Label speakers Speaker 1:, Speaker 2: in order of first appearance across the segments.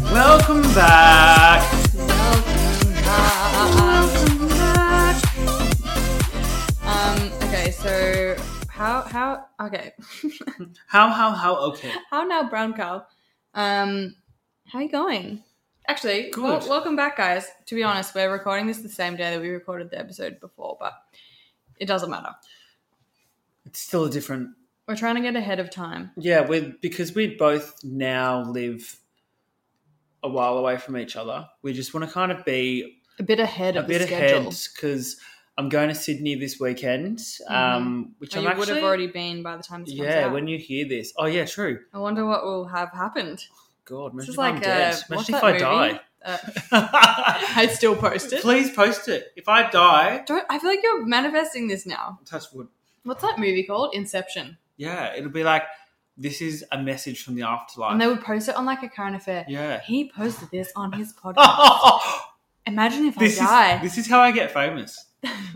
Speaker 1: Welcome back.
Speaker 2: Welcome back. Um, okay, so how how okay.
Speaker 1: How, how, how? Okay.
Speaker 2: how now brown cow? Um how you going? Actually,
Speaker 1: Good.
Speaker 2: wel- welcome back guys. To be honest, we're recording this the same day that we recorded the episode before, but it doesn't matter.
Speaker 1: It's still a different.
Speaker 2: We're trying to get ahead of time.
Speaker 1: Yeah, we because we both now live a while away from each other. We just want to kind of be
Speaker 2: A bit ahead
Speaker 1: a
Speaker 2: of the
Speaker 1: bit
Speaker 2: schedule.
Speaker 1: ahead because I'm going to Sydney this weekend, um, which
Speaker 2: Or
Speaker 1: I'm
Speaker 2: Oh, you
Speaker 1: actually.
Speaker 2: would have already been by the time this comes
Speaker 1: yeah,
Speaker 2: out.
Speaker 1: when you hear this, oh yeah, true.
Speaker 2: I wonder what will have happened.
Speaker 1: God,
Speaker 2: This is
Speaker 1: imagine if
Speaker 2: like
Speaker 1: I'm
Speaker 2: a,
Speaker 1: dead.
Speaker 2: what's
Speaker 1: Imagine if
Speaker 2: that
Speaker 1: I
Speaker 2: movie?
Speaker 1: die.
Speaker 2: Uh, I still post it.
Speaker 1: Please post it. If I die,
Speaker 2: Don't, I feel like you're manifesting this now.
Speaker 1: touch wood.
Speaker 2: What's that movie called? Inception.
Speaker 1: Yeah, it'll be like this is a message from the afterlife.
Speaker 2: And they would post it on like a current affair.
Speaker 1: yeah.
Speaker 2: He posted this on his podcast.
Speaker 1: this
Speaker 2: Imagine if
Speaker 1: is
Speaker 2: I die.
Speaker 1: this is how I get famous.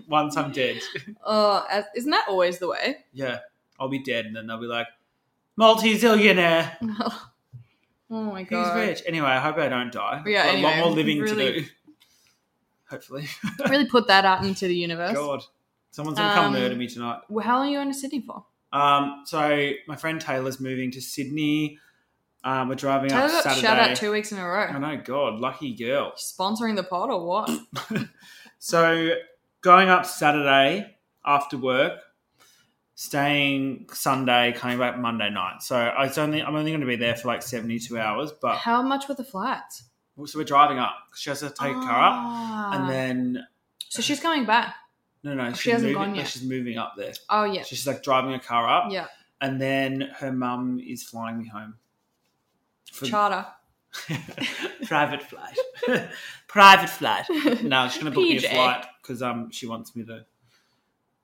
Speaker 1: Once I'm dead,
Speaker 2: Oh, as, isn't that always the way?
Speaker 1: yeah, I'll be dead, and then they'll be like, multi-zillionaire.
Speaker 2: oh my
Speaker 1: He's
Speaker 2: god.
Speaker 1: rich. Anyway, I hope I don't die.
Speaker 2: Yeah,
Speaker 1: Got a
Speaker 2: anyway,
Speaker 1: lot more living to
Speaker 2: really-
Speaker 1: do. Hopefully,
Speaker 2: Really put that out into the universe.
Speaker 1: God, someone's gonna come
Speaker 2: Um,
Speaker 1: murder me tonight.
Speaker 2: Well, how long are you in Sydney for?
Speaker 1: Um, so my friend Taylor's moving to Sydney. Um, we're driving
Speaker 2: Taylor
Speaker 1: up
Speaker 2: got
Speaker 1: Saturday.
Speaker 2: shout out two weeks in a
Speaker 1: I
Speaker 2: row.
Speaker 1: know, God, lucky girl.
Speaker 2: Sponsoring the pod or what?
Speaker 1: So going up Saturday after work, staying Sunday, coming back Monday night. So I- it's only I'm only going to be there for like 72 hours, but
Speaker 2: how much were the flights?
Speaker 1: so we're driving up. She has to take her up,
Speaker 2: Ah.
Speaker 1: and then
Speaker 2: So she's coming back.
Speaker 1: no, no, she's
Speaker 2: hasn't
Speaker 1: moving,
Speaker 2: gone
Speaker 1: no,
Speaker 2: yet.
Speaker 1: She's moving up there.
Speaker 2: Oh yeah.
Speaker 1: So She's like driving her car up,
Speaker 2: Yeah.
Speaker 1: and then her mum is flying me home. For-
Speaker 2: Charter.
Speaker 1: private flight. private flight. No, she's gonna book me a
Speaker 2: PJ.
Speaker 1: flight because um she wants me to.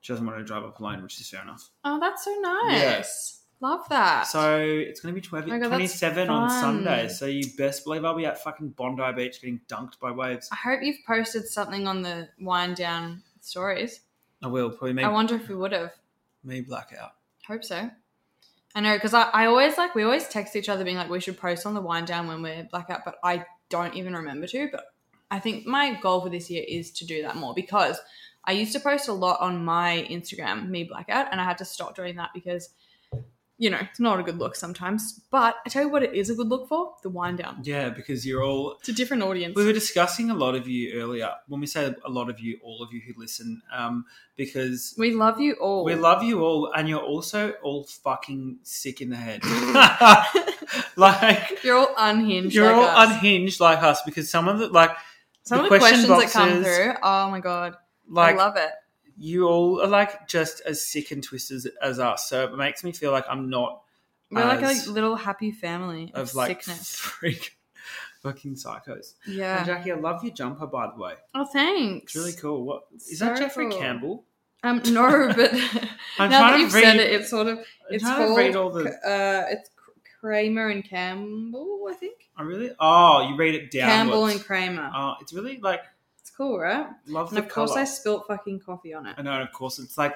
Speaker 1: She doesn't want to drive up alone, which is fair enough.
Speaker 2: Oh, that's so nice. Love that.
Speaker 1: So it's gonna be 12,
Speaker 2: Oh my God, that's
Speaker 1: 27 on
Speaker 2: fun.
Speaker 1: Sunday. So you best believe I'll be at fucking Bondi Beach getting dunked by waves.
Speaker 2: I hope you've posted something on the wind down stories.
Speaker 1: I will probably me,
Speaker 2: I wonder if we would have.
Speaker 1: me blackout.
Speaker 2: Hope so. I know because I, I always like we always text each other being like we should post on the wind down when we're blackout, but I don't even remember to. But I think my goal for this year is to do that more because I used to post a lot on my Instagram, me blackout, and I had to stop doing that because you know it's not a good look sometimes. But I tell you what, it is a good look for the wind down.
Speaker 1: Yeah, because you're all.
Speaker 2: It's a different audience.
Speaker 1: We were discussing a lot of you earlier. When we say a lot of you, all of you who listen, um, because
Speaker 2: We love you all.
Speaker 1: We love you all, and you're also all fucking sick in the head. like
Speaker 2: You're all unhinged.
Speaker 1: you're
Speaker 2: like
Speaker 1: all
Speaker 2: us.
Speaker 1: unhinged like us because some of the like
Speaker 2: Some
Speaker 1: the
Speaker 2: of the
Speaker 1: question
Speaker 2: questions that come
Speaker 1: boxes-
Speaker 2: through. Oh my god, I
Speaker 1: like
Speaker 2: love it.
Speaker 1: you all are like just as sick and twisted as, as us. So it makes me feel like I'm not
Speaker 2: We're like
Speaker 1: as-
Speaker 2: a little happy family of,
Speaker 1: of like
Speaker 2: sickness.
Speaker 1: freak fucking psychos. And
Speaker 2: Yeah.
Speaker 1: Jackie, I love your jumper by the way.
Speaker 2: Oh, thanks.
Speaker 1: It's really cool. What is that,
Speaker 2: So
Speaker 1: Jeffrey
Speaker 2: cool.
Speaker 1: Campbell?
Speaker 2: Um, no, but
Speaker 1: I'm
Speaker 2: now that
Speaker 1: trying
Speaker 2: you've
Speaker 1: to read.
Speaker 2: said it, it's sort of
Speaker 1: I'm
Speaker 2: it's
Speaker 1: trying to read all
Speaker 2: called
Speaker 1: the.
Speaker 2: uh, it's Kramer and Campbell, I think.
Speaker 1: I really. Oh, you read it
Speaker 2: Campbell
Speaker 1: downwards.
Speaker 2: and Kramer.
Speaker 1: Oh, it's really like
Speaker 2: It's cool, right?
Speaker 1: love
Speaker 2: And
Speaker 1: the
Speaker 2: of course,
Speaker 1: colour.
Speaker 2: I spilt fucking coffee on it.
Speaker 1: I know, and of course, it's like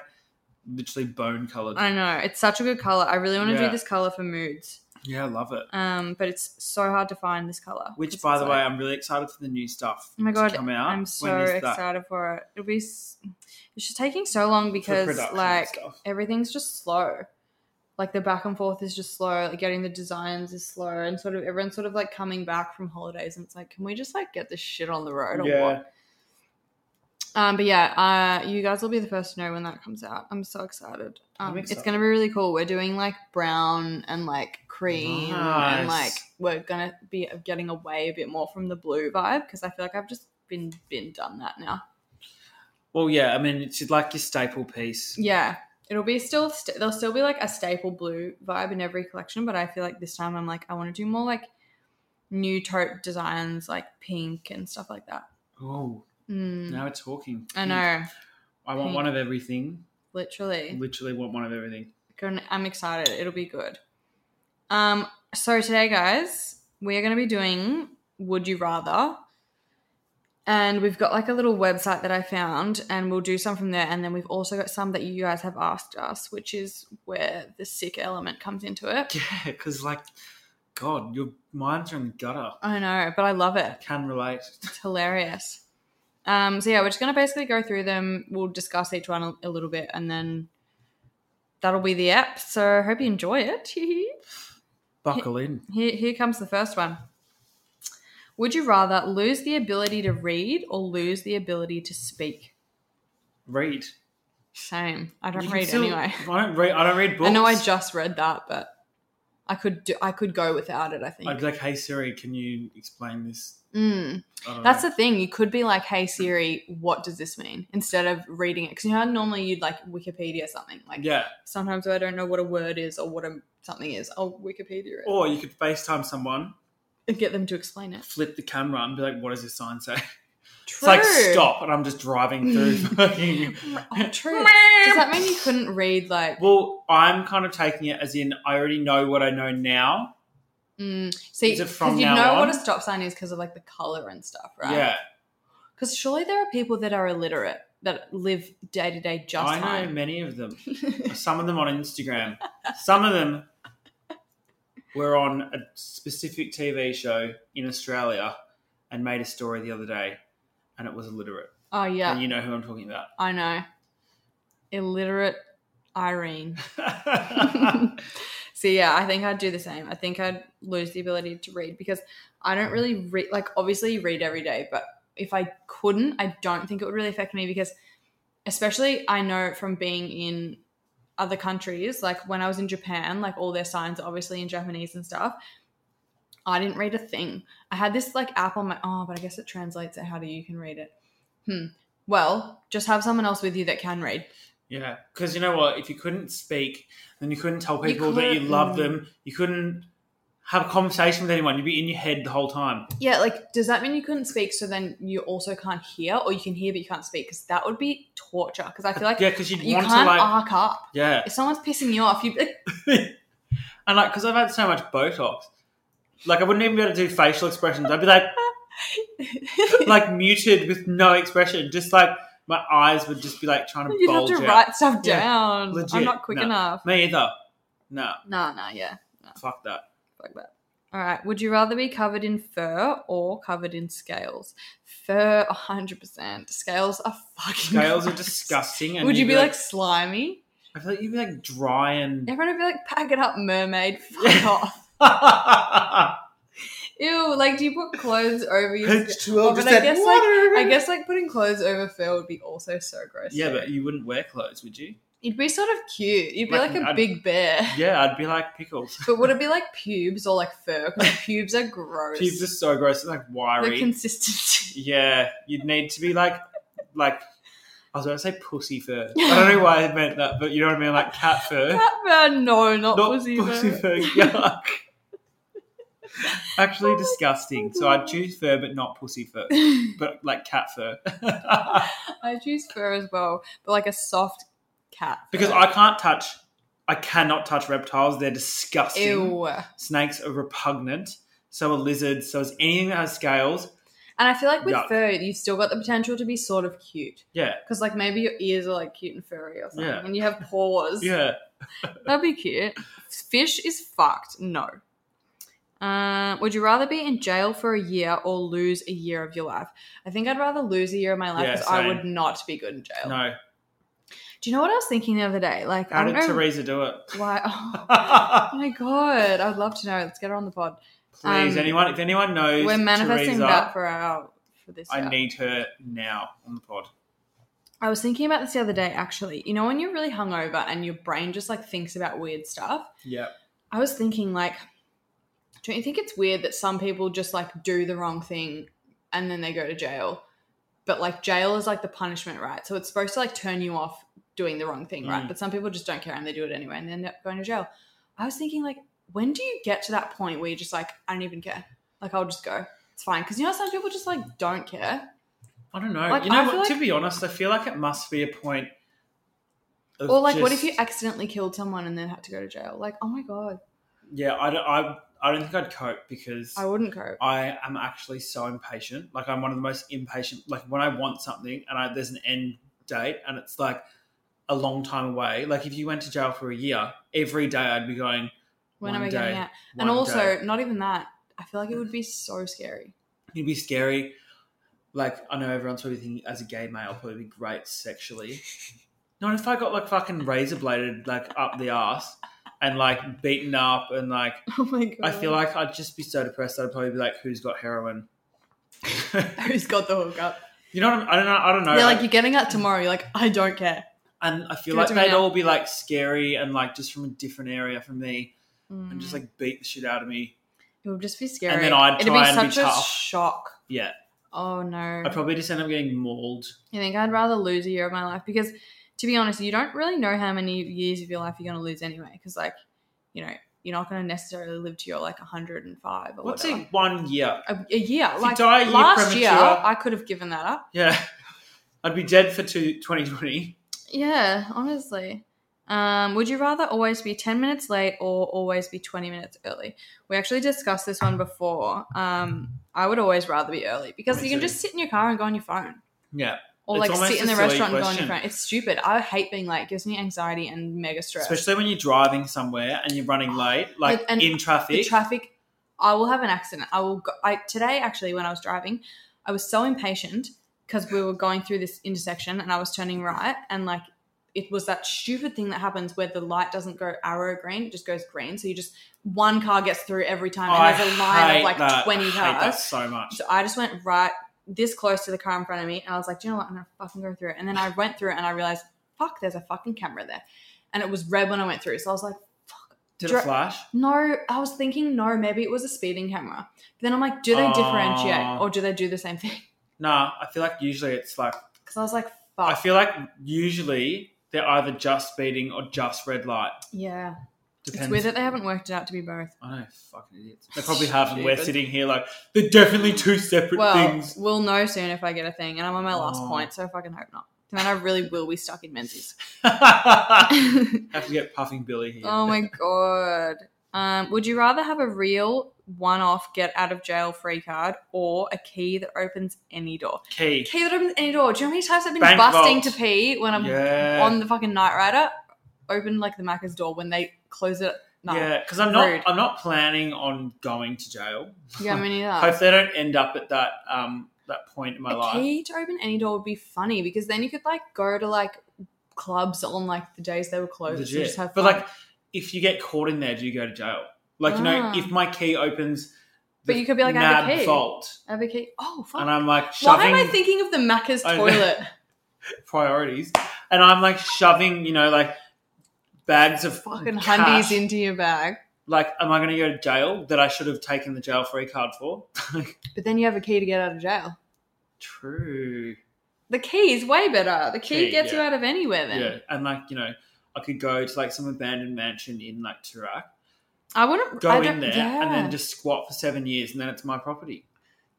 Speaker 1: literally bone colored.
Speaker 2: I know it's such a good color. I really want to
Speaker 1: Yeah.
Speaker 2: do this color for moods.
Speaker 1: Yeah, I love it.
Speaker 2: Um, but it's so hard to find this color.
Speaker 1: Which, by the way, I'm really excited for the new stuff
Speaker 2: Oh my
Speaker 1: to
Speaker 2: God,
Speaker 1: come out.
Speaker 2: I'm so excited for it. It'll be. s- It's just taking so long because like everything's just slow. Like the back and forth is just slow. Like getting the designs is slow, and sort of everyone's sort of like coming back from holidays, and it's like, can we just like get this shit on the road or
Speaker 1: Yeah,
Speaker 2: what? Um, but yeah, uh, you guys will be the first to know when that comes out. I'm so excited.
Speaker 1: I'm
Speaker 2: Um,
Speaker 1: excited.
Speaker 2: It's gonna be really cool. We're doing like brown and like cream, and like
Speaker 1: Nice.
Speaker 2: we're gonna be getting away a bit more from the blue vibe because I feel like I've just been been done that now.
Speaker 1: well, yeah. I mean, it's like your staple piece.
Speaker 2: Yeah, it'll be still st- there'll still be like a staple blue vibe in every collection, but I feel like this time I'm like I want to do more like new tote designs, like pink and stuff like that.
Speaker 1: Oh,
Speaker 2: Mm,
Speaker 1: now we're talking.
Speaker 2: I know,
Speaker 1: I want
Speaker 2: Pink.
Speaker 1: one of everything.
Speaker 2: literally.
Speaker 1: Literally, want one of everything.
Speaker 2: Gonna- I'm excited. It'll be good. Um, so today, guys, we are going to be doing Would You Rather. And we've got like a little website that I found, and we'll do some from there. And then we've also got some that you guys have asked us, which is where the sick element comes into it.
Speaker 1: Yeah, because like God, your minds are in the gutter.
Speaker 2: I know, but I love it.
Speaker 1: Can relate.
Speaker 2: It's hilarious. Um, so yeah, we're just gonna basically go through them. We'll discuss each one a, a little bit, and then that'll be the app. So hope you enjoy it. here,
Speaker 1: Buckle in.
Speaker 2: here comes the first one. Would you rather lose the ability to read or lose the ability to speak?
Speaker 1: Read.
Speaker 2: Same. I
Speaker 1: You
Speaker 2: don't
Speaker 1: can
Speaker 2: read
Speaker 1: still-
Speaker 2: anyway.
Speaker 1: I don't read. I don't read books.
Speaker 2: I know I just read that, but I could do, I could go without it. I think.
Speaker 1: I'd be like, hey Siri, can you explain this?
Speaker 2: Mm.
Speaker 1: I don't
Speaker 2: That's
Speaker 1: know.
Speaker 2: the thing. You could be like, "Hey Siri, what does this mean?" Instead of reading it, because you know how normally you'd like Wikipedia something. Like
Speaker 1: yeah.
Speaker 2: sometimes I don't know what a word is or what a something is. I'll Wikipedia it
Speaker 1: Or you could FaceTime someone,
Speaker 2: and get them to explain it.
Speaker 1: flip the camera, and be like, what does this sign say? It's
Speaker 2: True.
Speaker 1: like stop, and I'm just driving through. fucking-
Speaker 2: Oh, true. Does that mean you couldn't read like?
Speaker 1: well, I'm kind of taking it as in I already know what I know now.
Speaker 2: Mm, see,
Speaker 1: Is it
Speaker 2: because
Speaker 1: from
Speaker 2: you
Speaker 1: now
Speaker 2: know what
Speaker 1: on?
Speaker 2: a stop sign is because of like the color and stuff, right?
Speaker 1: Yeah,
Speaker 2: Because surely there are people that are illiterate that live day to day just
Speaker 1: I know
Speaker 2: fine.
Speaker 1: many of them. Some of them on Instagram. Some of them were on a specific TV show in Australia and made a story the other day, and it was illiterate.
Speaker 2: oh yeah,
Speaker 1: And you know who I'm talking about.
Speaker 2: I know. Illiterate Irene. so yeah, I think I'd do the same. I think I'd lose the ability to read because I don't really read. Like obviously, you read every day, but if I couldn't, I don't think it would really affect me because, especially, I know from being in other countries, like when I was in Japan, like all their signs are obviously in Japanese and stuff. I didn't read a thing. I had this like app on my oh, but I guess it translates it how do you can read it. Hmm. Well, just have someone else with you that can read.
Speaker 1: yeah, because you know what? If you couldn't speak, then you couldn't tell
Speaker 2: You
Speaker 1: people that you
Speaker 2: couldn't-
Speaker 1: love them. You couldn't have a conversation with anyone. You'd be in your head the whole time.
Speaker 2: Yeah, like does that mean you couldn't speak? So then you also can't hear, or you can hear but you can't speak? Because that would be torture. Because I feel like
Speaker 1: yeah, because you'd
Speaker 2: you
Speaker 1: want
Speaker 2: can't
Speaker 1: to like
Speaker 2: arc up.
Speaker 1: yeah,
Speaker 2: If someone's pissing you off, you like,
Speaker 1: and like because I've had so much Botox, like I wouldn't even be able to do facial expressions. I'd be like like muted with no expression, just like my eyes would just be like trying to
Speaker 2: you'd have
Speaker 1: bulge
Speaker 2: to
Speaker 1: out.
Speaker 2: write stuff
Speaker 1: Yeah,
Speaker 2: down.
Speaker 1: legit,
Speaker 2: I'm not quick
Speaker 1: no.
Speaker 2: enough.
Speaker 1: Me either. No,
Speaker 2: Nah, nah, yeah,
Speaker 1: fuck that.
Speaker 2: like that. All right. Would you rather be covered in fur or covered in scales? Fur, hundred percent. Scales are fucking.
Speaker 1: Scales are
Speaker 2: gross.
Speaker 1: disgusting. And
Speaker 2: Would you
Speaker 1: you'd
Speaker 2: be like, slimy?
Speaker 1: I feel like you'd be like dry and.
Speaker 2: Everyone would be like, pack it up, mermaid. Fuck off. Ew. Like, do you put clothes over your?
Speaker 1: H2O
Speaker 2: Oh,
Speaker 1: just
Speaker 2: but I
Speaker 1: said
Speaker 2: guess, like-
Speaker 1: water.
Speaker 2: I guess like putting clothes over fur would be also so gross.
Speaker 1: Yeah, but you wouldn't wear clothes, would you?
Speaker 2: you'd be sort of cute. You'd be
Speaker 1: Like,
Speaker 2: like a
Speaker 1: I'd-
Speaker 2: big bear.
Speaker 1: Yeah, I'd be like pickles.
Speaker 2: But would it be like pubes or like fur? Because pubes are gross.
Speaker 1: She's just so gross. It's like
Speaker 2: the
Speaker 1: wiry.
Speaker 2: consistency.
Speaker 1: yeah, you'd need to be like, like. I was going to say pussy fur. I don't know why I meant that, but you know what I mean, like cat fur.
Speaker 2: Cat fur? No, not,
Speaker 1: Not
Speaker 2: pussy, fur.
Speaker 1: Yuck.
Speaker 2: Oh
Speaker 1: Actually, disgusting. So I'd choose fur, but not pussy fur, but like cat fur.
Speaker 2: I choose fur as well, but like a soft cat. fur.
Speaker 1: because I can't touch. I cannot touch reptiles. They're disgusting.
Speaker 2: ew.
Speaker 1: Snakes are repugnant. So are lizards. So is anything that has scales.
Speaker 2: And I feel like with
Speaker 1: Yuck.
Speaker 2: fur, you've still got the potential to be sort of cute.
Speaker 1: Yeah,
Speaker 2: Because like maybe your ears are like cute and furry or something,
Speaker 1: Yeah.
Speaker 2: and you have paws.
Speaker 1: yeah.
Speaker 2: That'd be cute. Fish is fucked. No. Uh, would you rather be in jail for a year or lose a year of your life? I think I'd rather lose a year of my life
Speaker 1: Yeah,
Speaker 2: because I
Speaker 1: same.
Speaker 2: would not be good in jail.
Speaker 1: No.
Speaker 2: Do you know what I was thinking the other day? Like,
Speaker 1: How
Speaker 2: I don't
Speaker 1: did
Speaker 2: know
Speaker 1: Teresa do it?
Speaker 2: why. Oh, my god, I'd love to know. Let's get her on the pod.
Speaker 1: Please,
Speaker 2: Um,
Speaker 1: anyone, if anyone knows,
Speaker 2: We're manifesting
Speaker 1: Teresa,
Speaker 2: that for our for this.
Speaker 1: I
Speaker 2: year.
Speaker 1: need her now on the pod.
Speaker 2: I was thinking about this the other day. Actually, you know when you're really hungover and your brain just like thinks about weird stuff.
Speaker 1: Yeah.
Speaker 2: I was thinking, like, don't you think it's weird that some people just like do the wrong thing and then they go to jail? But like, jail is like the punishment, right? So it's supposed to like turn you off doing the wrong thing, right?
Speaker 1: Mm.
Speaker 2: But some people just don't care and they do it anyway and they end up going to jail. I was thinking, like, when do you get to that point where you're just like, I don't even care? Like, I'll just go. It's fine. Cause you know, some people just like don't care.
Speaker 1: I don't know.
Speaker 2: Like,
Speaker 1: you
Speaker 2: I
Speaker 1: know
Speaker 2: feel
Speaker 1: what? to
Speaker 2: like-
Speaker 1: be honest, I feel like it must be a point. Of
Speaker 2: Or like, what if
Speaker 1: just-
Speaker 2: you accidentally killed someone and then had to go to jail? Like, oh my God,
Speaker 1: Yeah, I don't. I, I don't think I'd cope because
Speaker 2: I
Speaker 1: I,
Speaker 2: wouldn't cope.
Speaker 1: am actually so impatient. Like I'm one of the most impatient. Like when I want something and I, there's an end date and it's like a long time away. Like if you went to jail for a year, every day I'd be going.
Speaker 2: When
Speaker 1: One
Speaker 2: are we
Speaker 1: day.
Speaker 2: getting out? And
Speaker 1: One
Speaker 2: also,
Speaker 1: day.
Speaker 2: not even that. I feel like it would be so scary.
Speaker 1: it'd be scary. Like I know everyone's probably thinking as a gay male, probably be great sexually. Not if I got like fucking razor bladed like up the ass and like beaten up and like
Speaker 2: Oh my god.
Speaker 1: I feel like I'd just be so depressed. I'd probably be like, "Who's got heroin?"
Speaker 2: who's got the hookup?
Speaker 1: you know what I'm, I don't know. I don't know.
Speaker 2: They're
Speaker 1: like-
Speaker 2: like, you're getting out tomorrow. You're like, I don't care.
Speaker 1: and I
Speaker 2: Give
Speaker 1: feel
Speaker 2: it
Speaker 1: like
Speaker 2: to me
Speaker 1: they'd
Speaker 2: now.
Speaker 1: all be like scary and like just from a different area from me and just
Speaker 2: Mm.
Speaker 1: like beat the shit out of me.
Speaker 2: it would just be scary.
Speaker 1: then I'd
Speaker 2: It'd
Speaker 1: try
Speaker 2: be
Speaker 1: and be
Speaker 2: such a
Speaker 1: tough.
Speaker 2: shock.
Speaker 1: Yeah,
Speaker 2: Oh no.
Speaker 1: I'd probably just end up getting mauled.
Speaker 2: I think I'd rather lose a year of my life because, to be honest, you don't really know how many years of your life you're going to lose anyway. Because, like, you know, you're not going to necessarily live to your like 105 or
Speaker 1: What's
Speaker 2: whatever.
Speaker 1: it? One year.
Speaker 2: A, a year.
Speaker 1: If you
Speaker 2: Like
Speaker 1: die a year
Speaker 2: last year,
Speaker 1: premature-
Speaker 2: I could have given that up.
Speaker 1: Yeah, I'd be dead for two, 2020.
Speaker 2: Yeah, honestly. Um, would you rather always be 10 minutes late or always be 20 minutes early? We actually discussed this one before. Um, I would always rather be early because
Speaker 1: Me
Speaker 2: you can
Speaker 1: too.
Speaker 2: just sit in your car and go on your phone.
Speaker 1: Yeah,
Speaker 2: Or
Speaker 1: It's
Speaker 2: like
Speaker 1: almost
Speaker 2: sit in
Speaker 1: a
Speaker 2: the
Speaker 1: silly
Speaker 2: restaurant and go on your
Speaker 1: question.
Speaker 2: phone. It's stupid. I hate being late. It gives me anxiety and mega stress.
Speaker 1: especially when you're driving somewhere and you're running late, like
Speaker 2: Like, and
Speaker 1: in
Speaker 2: the
Speaker 1: traffic.
Speaker 2: traffic. I will have an accident. I will. Go, I today actually when I was driving, I was so impatient because we were going through this intersection and I was turning right and like it was that stupid thing that happens where the light doesn't go arrow green, it just goes green. So you just one car gets through every time
Speaker 1: I
Speaker 2: and there's a line
Speaker 1: hate
Speaker 2: of like
Speaker 1: that. I
Speaker 2: twenty
Speaker 1: hate that
Speaker 2: cars.
Speaker 1: so much.
Speaker 2: So I just went right this close to the car in front of me, and I was like, "Do you know what? I'm gonna fucking go through it." And then I went through it, and I realized, "Fuck, there's a fucking camera there," and it was red when I went through. So I was like,
Speaker 1: Did
Speaker 2: Dri-
Speaker 1: it flash?
Speaker 2: "No," I was thinking, "No, maybe it was a speeding camera." But then I'm like, "Do they differentiate,
Speaker 1: Oh.
Speaker 2: or do they do the same thing?"
Speaker 1: Nah, I feel like usually it's like
Speaker 2: Because I was like,
Speaker 1: I
Speaker 2: "Fuck,
Speaker 1: feel like usually they're either just speeding or just red light.
Speaker 2: yeah."
Speaker 1: Depends.
Speaker 2: It's weird that they haven't worked it out to be both.
Speaker 1: I know, fucking idiots. They probably have, and we're
Speaker 2: Stupid.
Speaker 1: sitting here like they're definitely two separate
Speaker 2: Well,
Speaker 1: things.
Speaker 2: we'll know soon if I get a thing, and I'm on my last
Speaker 1: Oh.
Speaker 2: point, so I fucking hope not. Then I really will be stuck in Menzies.
Speaker 1: have to get puffing Billy here.
Speaker 2: Oh my god. Um, would you rather have a real one-off get out of jail free card or a key that opens any door?
Speaker 1: Key.
Speaker 2: Key that opens any door. Do you know how many times I've been
Speaker 1: Bank
Speaker 2: busting
Speaker 1: vault.
Speaker 2: to pee when I'm
Speaker 1: yeah.
Speaker 2: on the fucking night rider? Open like the Macca's door when they close it. No. Yeah,
Speaker 1: Yeah, because I'm not.
Speaker 2: Rude.
Speaker 1: I'm not planning on going to jail.
Speaker 2: yeah I mean neither.
Speaker 1: Hopefully, I don't end up at that um that point in my
Speaker 2: a
Speaker 1: life.
Speaker 2: Ah. key to open any door would be funny because then you could like go to like clubs on like the days they were closed and
Speaker 1: Legit.
Speaker 2: just have
Speaker 1: but
Speaker 2: fun.
Speaker 1: like, if you get caught in there, do you go to jail? Like, you know,
Speaker 2: Ah.
Speaker 1: if my key opens,
Speaker 2: But you could be like, I have a
Speaker 1: nab
Speaker 2: key.
Speaker 1: vault,
Speaker 2: have a key. Oh fuck.
Speaker 1: and I'm like
Speaker 2: Why
Speaker 1: shoving
Speaker 2: am
Speaker 1: Oh,
Speaker 2: I thinking of the Macca's
Speaker 1: I know.
Speaker 2: toilet?
Speaker 1: priorities, and I'm like shoving, you know, like bags of
Speaker 2: fucking
Speaker 1: cash.
Speaker 2: hundies into your bag.
Speaker 1: Like, am I going to go to jail that I should have taken the jail free card for?
Speaker 2: But then you have a key to get out of jail.
Speaker 1: True.
Speaker 2: The key is way better. The key
Speaker 1: Key,
Speaker 2: gets you
Speaker 1: yeah.
Speaker 2: out of anywhere then.
Speaker 1: Yeah, and like you know, I could go to like some abandoned mansion in like Turak,
Speaker 2: I wouldn't
Speaker 1: go
Speaker 2: I
Speaker 1: in
Speaker 2: don't-
Speaker 1: there,
Speaker 2: yeah.
Speaker 1: and then just squat for seven years, and then it's my property.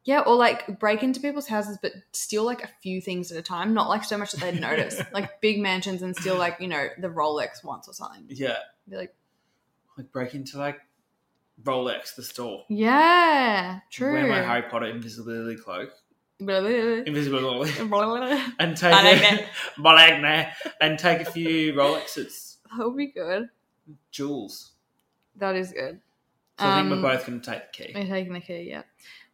Speaker 2: Yeah, or like break into people's houses but steal like a few things at a time, not like so much that they'd notice. like big mansions and steal like, you know, the Rolex once or something.
Speaker 1: Yeah,
Speaker 2: Be like,
Speaker 1: like break into like Rolex, the store.
Speaker 2: Yeah, true.
Speaker 1: Wear my Harry Potter invisibility cloak,
Speaker 2: Blah, blah, blah.
Speaker 1: invisibility,
Speaker 2: Blah, blah, blah.
Speaker 1: and take a,
Speaker 2: Malignant.
Speaker 1: Malignant. and take a few Rolexes,
Speaker 2: that would be good.
Speaker 1: jewels.
Speaker 2: That is good.
Speaker 1: So I think
Speaker 2: Um,
Speaker 1: we're both going to take the key.
Speaker 2: We're taking the key, yeah.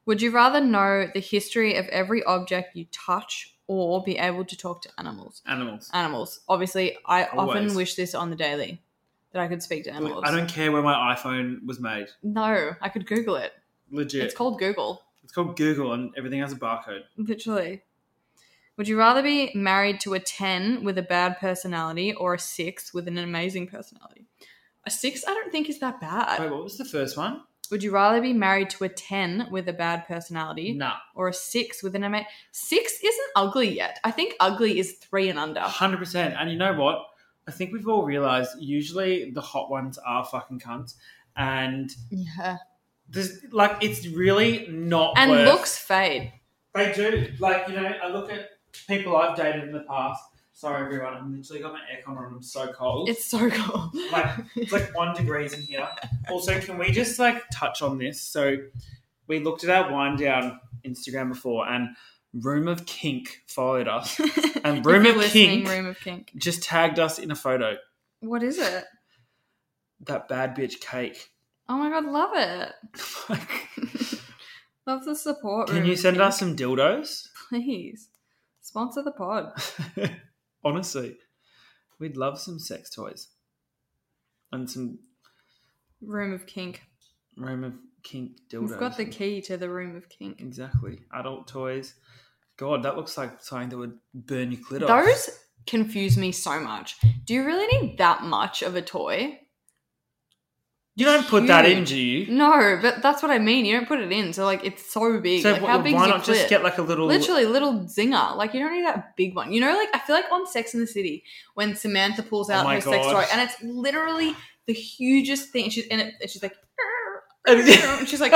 Speaker 2: Would you rather know the history of every object you touch or be able to talk to animals?
Speaker 1: Animals.
Speaker 2: Animals. Obviously, I often
Speaker 1: Always.
Speaker 2: wish this on the daily that I could speak to animals.
Speaker 1: I don't care where my iPhone was made.
Speaker 2: no, I could Google it.
Speaker 1: Legit.
Speaker 2: It's called Google,
Speaker 1: it's called Google, and everything has a barcode.
Speaker 2: literally. Would you rather be married to a 10 with a bad personality or a 6 with an amazing personality? A 6 I don't think is that bad.
Speaker 1: Wait, what was the first one?
Speaker 2: Would you rather be married to a 10 with a bad personality
Speaker 1: Nah.
Speaker 2: or a six with an ama- six isn't ugly yet. I think ugly is three and under.
Speaker 1: hundred percent. And you know what? I think we've all realized usually the hot ones are fucking cunts, and
Speaker 2: Yeah,
Speaker 1: this like it's really not.
Speaker 2: and
Speaker 1: worth-
Speaker 2: looks fade.
Speaker 1: they do. Like you know, I look at people I've dated in the past. Sorry, everyone. I've literally got my aircon on. I'm so cold.
Speaker 2: It's so cool.
Speaker 1: Like- It's like one degrees in here. Also, can we just like touch on this? So we looked at our wind down Instagram before, and Room of Kink followed us, and
Speaker 2: If
Speaker 1: Room
Speaker 2: you're
Speaker 1: of
Speaker 2: listening,
Speaker 1: Kink
Speaker 2: Room of kink.
Speaker 1: just tagged us in a photo.
Speaker 2: What is it?
Speaker 1: that bad bitch cake.
Speaker 2: Oh my god, love it. love the support.
Speaker 1: Can
Speaker 2: room,
Speaker 1: you send
Speaker 2: Nick.
Speaker 1: us some dildos?
Speaker 2: please sponsor the pod?
Speaker 1: Honestly, we'd love some sex toys and some
Speaker 2: Room of kink.
Speaker 1: room of kink dildos.
Speaker 2: We've got the key to the room of kink.
Speaker 1: exactly adult toys. God, that looks like something that would burn your clit off.
Speaker 2: Those confuse me so much. Do you really need that much of a toy?
Speaker 1: you don't put that in,
Speaker 2: huge.
Speaker 1: do you?
Speaker 2: No, but that's what I mean. You don't put it in, so like it's so big.
Speaker 1: so
Speaker 2: like,
Speaker 1: wh-
Speaker 2: how big
Speaker 1: why
Speaker 2: is your
Speaker 1: not just
Speaker 2: clit?
Speaker 1: get like a little?
Speaker 2: Literally, little zinger. Like you don't need that big one. You know, like I feel like on Sex in the City when Samantha pulls
Speaker 1: Oh
Speaker 2: out
Speaker 1: my
Speaker 2: her sex
Speaker 1: God.
Speaker 2: toy, and it's literally the hugest thing. She's and, it, and she's like, and she's like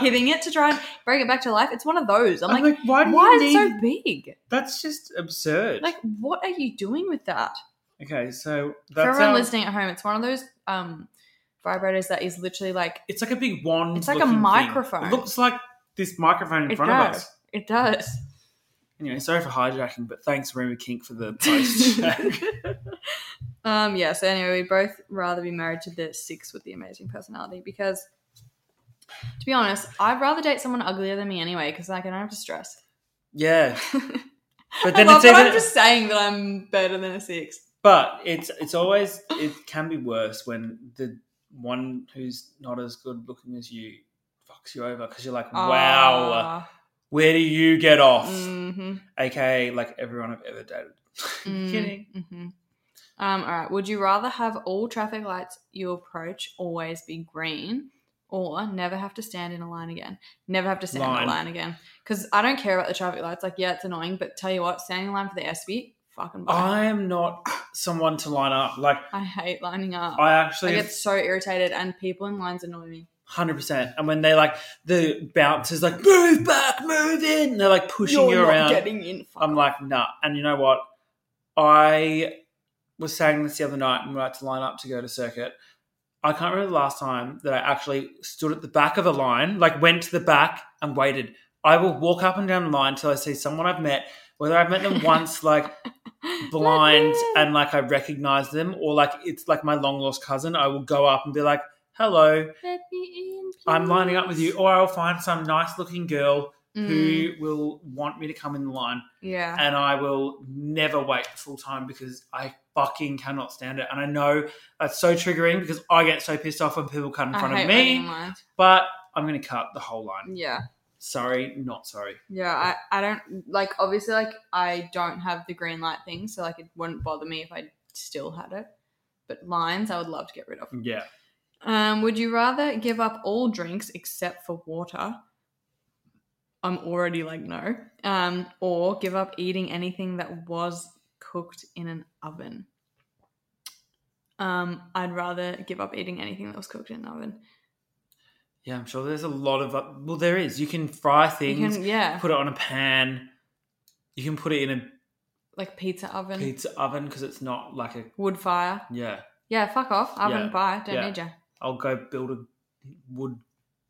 Speaker 2: hitting it to try and bring it back to life. It's one of those. I'm
Speaker 1: I'm
Speaker 2: like,
Speaker 1: like, why do
Speaker 2: why
Speaker 1: you
Speaker 2: is it
Speaker 1: need?
Speaker 2: so big?
Speaker 1: That's just absurd.
Speaker 2: Like, what are you doing with that?
Speaker 1: okay, so
Speaker 2: For
Speaker 1: that's
Speaker 2: everyone
Speaker 1: our-
Speaker 2: listening at home, it's one of those um vibrators that is literally like
Speaker 1: It's like a big wand.
Speaker 2: It's like a
Speaker 1: looking thing.
Speaker 2: microphone.
Speaker 1: It looks like this microphone in
Speaker 2: It
Speaker 1: front of
Speaker 2: does.
Speaker 1: us.
Speaker 2: it does.
Speaker 1: Anyway, sorry for hijacking, but thanks, Rumor Kink, for the post.
Speaker 2: um yeah, so anyway, we'd both rather be married to the six with the amazing personality because to be honest, I'd rather date someone uglier than me anyway, because like I don't have to stress.
Speaker 1: yeah, but
Speaker 2: I
Speaker 1: then
Speaker 2: love
Speaker 1: it's
Speaker 2: that
Speaker 1: even.
Speaker 2: I'm just saying that I'm better than a six.
Speaker 1: But it's it's always it can be worse when the one who's not as good looking as you fucks you over because you're like, wow, where do you get off?
Speaker 2: Mm-hmm.
Speaker 1: AKA like everyone I've ever dated. Kidding.
Speaker 2: Mm-hmm. Um, all right. Would you rather have all traffic lights you approach always be green or never have to stand in a line again? Never have to stand in
Speaker 1: Line.
Speaker 2: a line again. Because I don't care about the traffic lights. Like, yeah, it's annoying, but tell you what, standing in line for the SB, fucking bye.
Speaker 1: I am not someone to line up. Like
Speaker 2: I hate lining up.
Speaker 1: I
Speaker 2: I
Speaker 1: actually
Speaker 2: get so irritated, and people in lines annoy me.
Speaker 1: Hundred percent. And when they like the bouncers like move back, move in, and they're like pushing you
Speaker 2: You're not
Speaker 1: around.
Speaker 2: getting in. Fuck
Speaker 1: I'm like, nah. And you know what? I was saying this the other night when we had to line up to go to circuit. I can't remember the last time that I actually stood at the back of a line, like went to the back and waited. I will walk up and down the line till I see someone I've met, whether I've met them once, like
Speaker 2: off.
Speaker 1: blind
Speaker 2: Like,
Speaker 1: and like I recognize them, or like it's like my long lost cousin. I will go up and be like, hello.
Speaker 2: let me in,
Speaker 1: I'm lining up with
Speaker 2: please.
Speaker 1: you, or I'll find some nice looking girl
Speaker 2: Mm,
Speaker 1: who will want me to come in the line,
Speaker 2: yeah.
Speaker 1: and I will never wait full time because I fucking cannot stand it. And I know that's so triggering because I get so pissed off when people cut in
Speaker 2: I
Speaker 1: front
Speaker 2: hate
Speaker 1: of
Speaker 2: waiting in
Speaker 1: me,
Speaker 2: lines.
Speaker 1: but I'm going to cut the whole line.
Speaker 2: Yeah.
Speaker 1: Sorry, not sorry.
Speaker 2: Yeah, I, I don't like obviously like I don't have the green light thing, so like it wouldn't bother me if I still had it. But lines I would love to get rid of.
Speaker 1: Yeah.
Speaker 2: Um, would you rather give up all drinks except for water? I'm already like no. Um, or give up eating anything that was cooked in an oven. Um, I'd rather give up eating anything that was cooked in an oven.
Speaker 1: Yeah, I'm sure there's a lot of. Well, there is. You can fry
Speaker 2: You
Speaker 1: things,
Speaker 2: can, yeah,
Speaker 1: put it on a pan, you can put it in a
Speaker 2: like pizza oven,
Speaker 1: pizza oven because it's not like a.
Speaker 2: wood fire.
Speaker 1: Yeah.
Speaker 2: Yeah, fuck off. Oven
Speaker 1: Yeah.
Speaker 2: buy. Don't
Speaker 1: Yeah.
Speaker 2: need ya.
Speaker 1: I'll go build a wood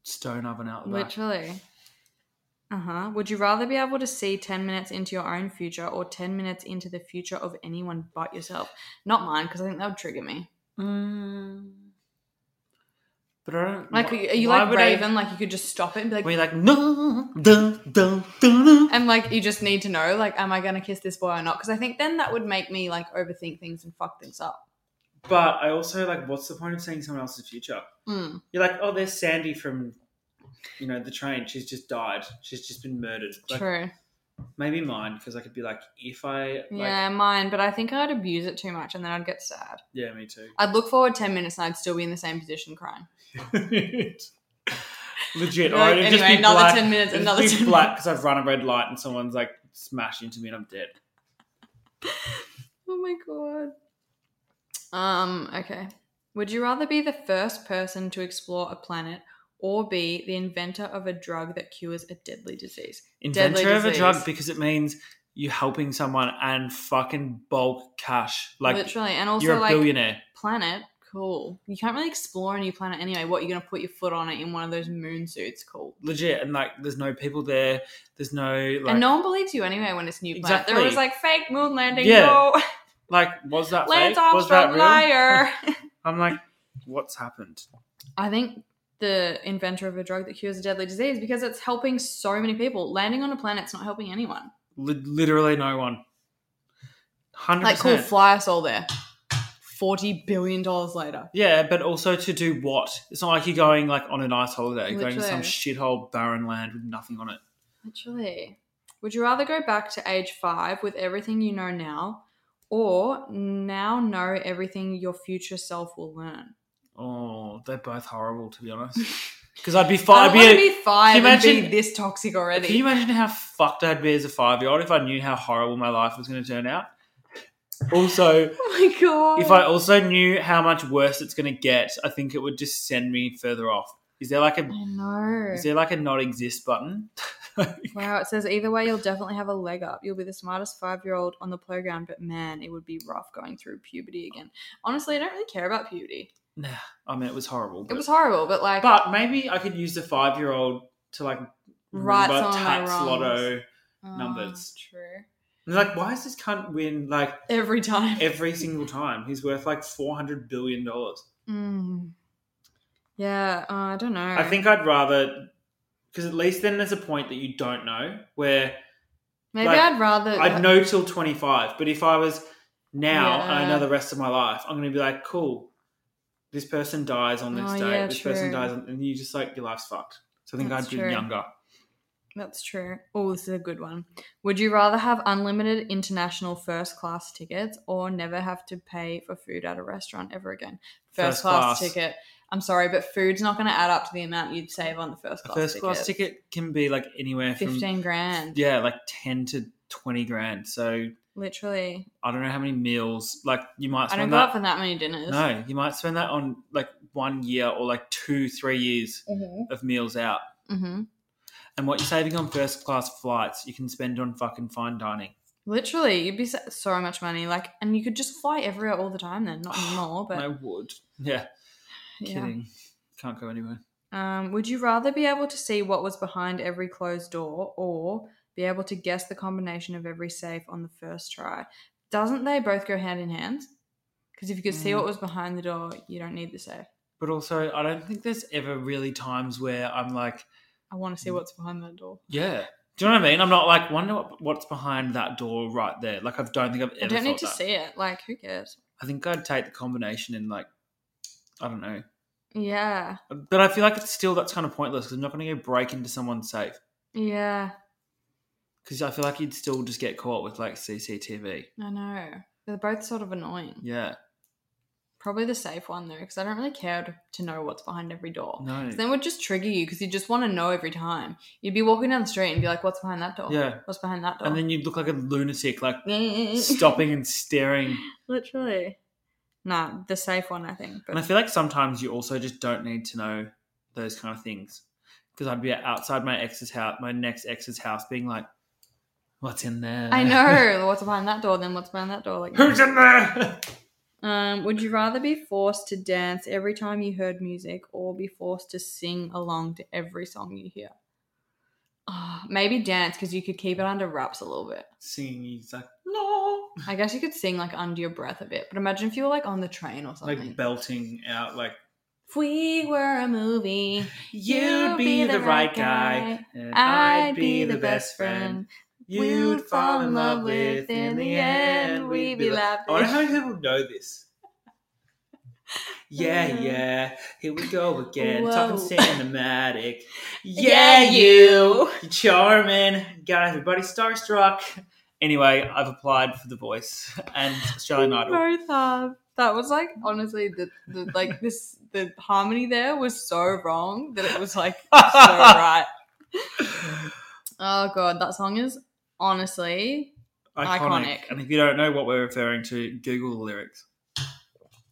Speaker 1: stone oven out of that.
Speaker 2: Literally. Uh huh. Would you rather be able to see 10 minutes into your own future or 10 minutes into the future of anyone but yourself? Not mine, because I think that would trigger me.
Speaker 1: Mm. But I don't
Speaker 2: Like,
Speaker 1: why-
Speaker 2: are you, are you
Speaker 1: why
Speaker 2: like
Speaker 1: would I-
Speaker 2: Raven? Like, you could just stop it and be like,
Speaker 1: Were you like no, dun, dun, dun, dun.
Speaker 2: and like, you just need to know, like, am I going to kiss this boy or not? Because I think then that would make me like overthink things and fuck things up.
Speaker 1: But I also like, what's the point of seeing someone else's future?
Speaker 2: Mm.
Speaker 1: You're like, oh, there's Sandy from, you know, the train. She's just died. She's just been murdered. Like,
Speaker 2: True.
Speaker 1: Maybe mine because I could be like, if I, like,
Speaker 2: yeah,
Speaker 1: yeah,
Speaker 2: mine, but I think I'd abuse it too much and then I'd get sad.
Speaker 1: me too.
Speaker 2: I'd look forward 10 minutes and I'd still be in the same position crying.
Speaker 1: Legit.
Speaker 2: Like,
Speaker 1: or it'd just
Speaker 2: anyway,
Speaker 1: be
Speaker 2: another
Speaker 1: black.
Speaker 2: 10 minutes,
Speaker 1: It'd
Speaker 2: another
Speaker 1: just
Speaker 2: 10
Speaker 1: be black because I've run a red light and someone's like smashed into me and I'm dead.
Speaker 2: Oh my god. Um, okay. Would you rather be the first person to explore a planet or be the inventor of a drug that cures a deadly disease? Deadly
Speaker 1: inventor of a drug
Speaker 2: disease.
Speaker 1: because it means you're helping someone and fucking bulk cash. Like
Speaker 2: Literally, and also
Speaker 1: you're a
Speaker 2: like
Speaker 1: billionaire.
Speaker 2: planet, cool. You can't really explore a new planet anyway. What you're gonna put your foot on it in one of those moon suits, cool.
Speaker 1: Legit, and like there's no people there. There's no like
Speaker 2: and no one believes you anyway when it's a new planet. They're
Speaker 1: Exactly.
Speaker 2: always like fake moon landing,
Speaker 1: Yeah.
Speaker 2: no
Speaker 1: like was that
Speaker 2: Lance
Speaker 1: fake? Was
Speaker 2: Armstrong
Speaker 1: that real?
Speaker 2: liar.
Speaker 1: I'm like What's happened?
Speaker 2: I think the inventor of a drug that cures a deadly disease because it's helping so many people. Landing on a planet's not helping anyone.
Speaker 1: Li- literally no one. Hundred
Speaker 2: Like, cool,
Speaker 1: percent.
Speaker 2: fly us all there. $40 billion later.
Speaker 1: Yeah, but also to do what? It's not like you're going like on a nice holiday, going to some
Speaker 2: Literally.
Speaker 1: shithole barren land with nothing on it.
Speaker 2: Literally. Would you rather go back to age five with everything you know now or now know everything your future self will learn?
Speaker 1: Oh, they're both horrible to be honest. Because I'd be five.
Speaker 2: I want to
Speaker 1: Be
Speaker 2: be five
Speaker 1: can you
Speaker 2: and
Speaker 1: imagine-
Speaker 2: be this toxic
Speaker 1: a,
Speaker 2: already.
Speaker 1: can you imagine how fucked I'd be as a five year old if I knew how horrible my life was going to turn out? Also,
Speaker 2: oh my god.
Speaker 1: if I also knew how much worse it's going to get, I think it would just send me further off. Is there like a
Speaker 2: I know.
Speaker 1: is there like a not exist button?
Speaker 2: Wow, it says either way, you'll definitely have a leg up. You'll be the smartest five year old on the playground, but man, it would be rough going through puberty again. Honestly, I don't really care about puberty.
Speaker 1: Nah, I mean it was horrible.
Speaker 2: It
Speaker 1: but-
Speaker 2: was horrible, but like,
Speaker 1: But maybe I could use the five year old to like
Speaker 2: Right,
Speaker 1: remember
Speaker 2: some of my
Speaker 1: Tats
Speaker 2: wrongs.
Speaker 1: Lotto.
Speaker 2: Ah,
Speaker 1: numbers.
Speaker 2: True.
Speaker 1: And like, why is this cunt win like
Speaker 2: Every time.
Speaker 1: every single time? He's worth like four hundred billion dollars.
Speaker 2: Mm. Yeah, uh, I don't know.
Speaker 1: I think I'd rather because at least then there's a point that you don't know where
Speaker 2: maybe
Speaker 1: like,
Speaker 2: I'd rather.
Speaker 1: I'd know till twenty five. But if I was now and I
Speaker 2: Yeah.
Speaker 1: know the rest of my life, I'm gonna be like, cool. This person dies on this
Speaker 2: Oh,
Speaker 1: day.
Speaker 2: yeah,
Speaker 1: this person
Speaker 2: true.
Speaker 1: dies, on, and you just like your life's fucked. So I think
Speaker 2: That's
Speaker 1: I'd be
Speaker 2: true.
Speaker 1: younger.
Speaker 2: That's true. Oh, this is a good one. Would you rather have unlimited international first class tickets or never have to pay for food at a restaurant ever again? First,
Speaker 1: First
Speaker 2: class,
Speaker 1: class.
Speaker 2: ticket. I'm sorry, but food's not going to add up to the amount you'd save on the first
Speaker 1: A
Speaker 2: class
Speaker 1: first class
Speaker 2: tickets.
Speaker 1: ticket can be like anywhere from
Speaker 2: 15 grand.
Speaker 1: yeah, like ten to twenty grand. So
Speaker 2: Literally.
Speaker 1: I don't know how many meals. Like you might
Speaker 2: I don't
Speaker 1: spend
Speaker 2: go out
Speaker 1: that.
Speaker 2: for that many dinners.
Speaker 1: No, you might spend that on like one year or like two, three years
Speaker 2: Mm-hmm.
Speaker 1: of meals out. And what you're saving on first class flights, you can spend on fucking fine dining.
Speaker 2: Literally, you'd be sa- so much money. Like, and you could just fly everywhere all the time then. Not anymore, but
Speaker 1: I would. Yeah,
Speaker 2: yeah.
Speaker 1: kidding. Can't go anywhere.
Speaker 2: Um, would you rather be able to see what was behind every closed door or be able to guess the combination of every safe on the first try? Doesn't they both go hand in hand? Because if you could see
Speaker 1: Mm.
Speaker 2: what was behind the door, you don't need the safe.
Speaker 1: But also, I don't think there's ever really times where I'm like,
Speaker 2: I want
Speaker 1: Mm.
Speaker 2: to see what's behind that door.
Speaker 1: yeah. Do you know what I mean? I'm not like wonder what, what's behind that door right there. Like I don't think I've ever.
Speaker 2: I don't need
Speaker 1: thought
Speaker 2: to
Speaker 1: that.
Speaker 2: see it. Like, who cares?
Speaker 1: I think I'd take the combination and like, I don't know.
Speaker 2: Yeah.
Speaker 1: But I feel like it's still that's kind of pointless because I'm not going to go break into someone's safe
Speaker 2: Yeah.
Speaker 1: because I feel like you'd still just get caught with like CCTV.
Speaker 2: I know. They're both sort of annoying.
Speaker 1: Yeah,
Speaker 2: Probably the safe one, though, because I don't really care to, to know what's behind every door.
Speaker 1: no,
Speaker 2: 'Cause Then it would just trigger you because you just want to know every time. You'd be walking down the street and be like, what's behind that door?
Speaker 1: yeah.
Speaker 2: What's behind that door?
Speaker 1: And then you'd look like a lunatic, like
Speaker 2: Stop.
Speaker 1: stopping and staring.
Speaker 2: Literally. Nah, the safe one, I think.
Speaker 1: And I
Speaker 2: But
Speaker 1: feel like sometimes you also just don't need to know those kind of things because I'd be outside my ex's house, my next ex's house, being like, "What's in there?"
Speaker 2: I know what's behind that door. Then what's behind that door? Like,
Speaker 1: Who's in there?
Speaker 2: um, would you rather be forced to dance every time you heard music, or be forced to sing along to every song you hear? Ah, maybe dance because you could keep it under wraps a little bit.
Speaker 1: Singing, he's like, "No,"
Speaker 2: I guess you could sing like under your breath a bit, but imagine if you were like on the train or something.
Speaker 1: like belting out, like.
Speaker 2: if we were a movie,
Speaker 1: You'd be the right guy, and I'd be the best friend. You'd fall in love with in the end. We'd be laughing. I wonder how many people know this. Yeah, Mm-hmm.
Speaker 2: Uh-huh.
Speaker 1: yeah. Here we go again. Talking
Speaker 2: Whoa.
Speaker 1: cinematic.
Speaker 2: Yeah,
Speaker 1: Yeah,
Speaker 2: you.
Speaker 1: you. You're charming. Got everybody starstruck. Anyway, I've applied for The Voice and Australian
Speaker 2: We
Speaker 1: Idol.
Speaker 2: both have. That was like honestly the, the like this the harmony there was so wrong that it was like so right. Oh god, that song is honestly
Speaker 1: Iconic.
Speaker 2: Iconic.
Speaker 1: And if you don't know what we're referring to, Google the lyrics.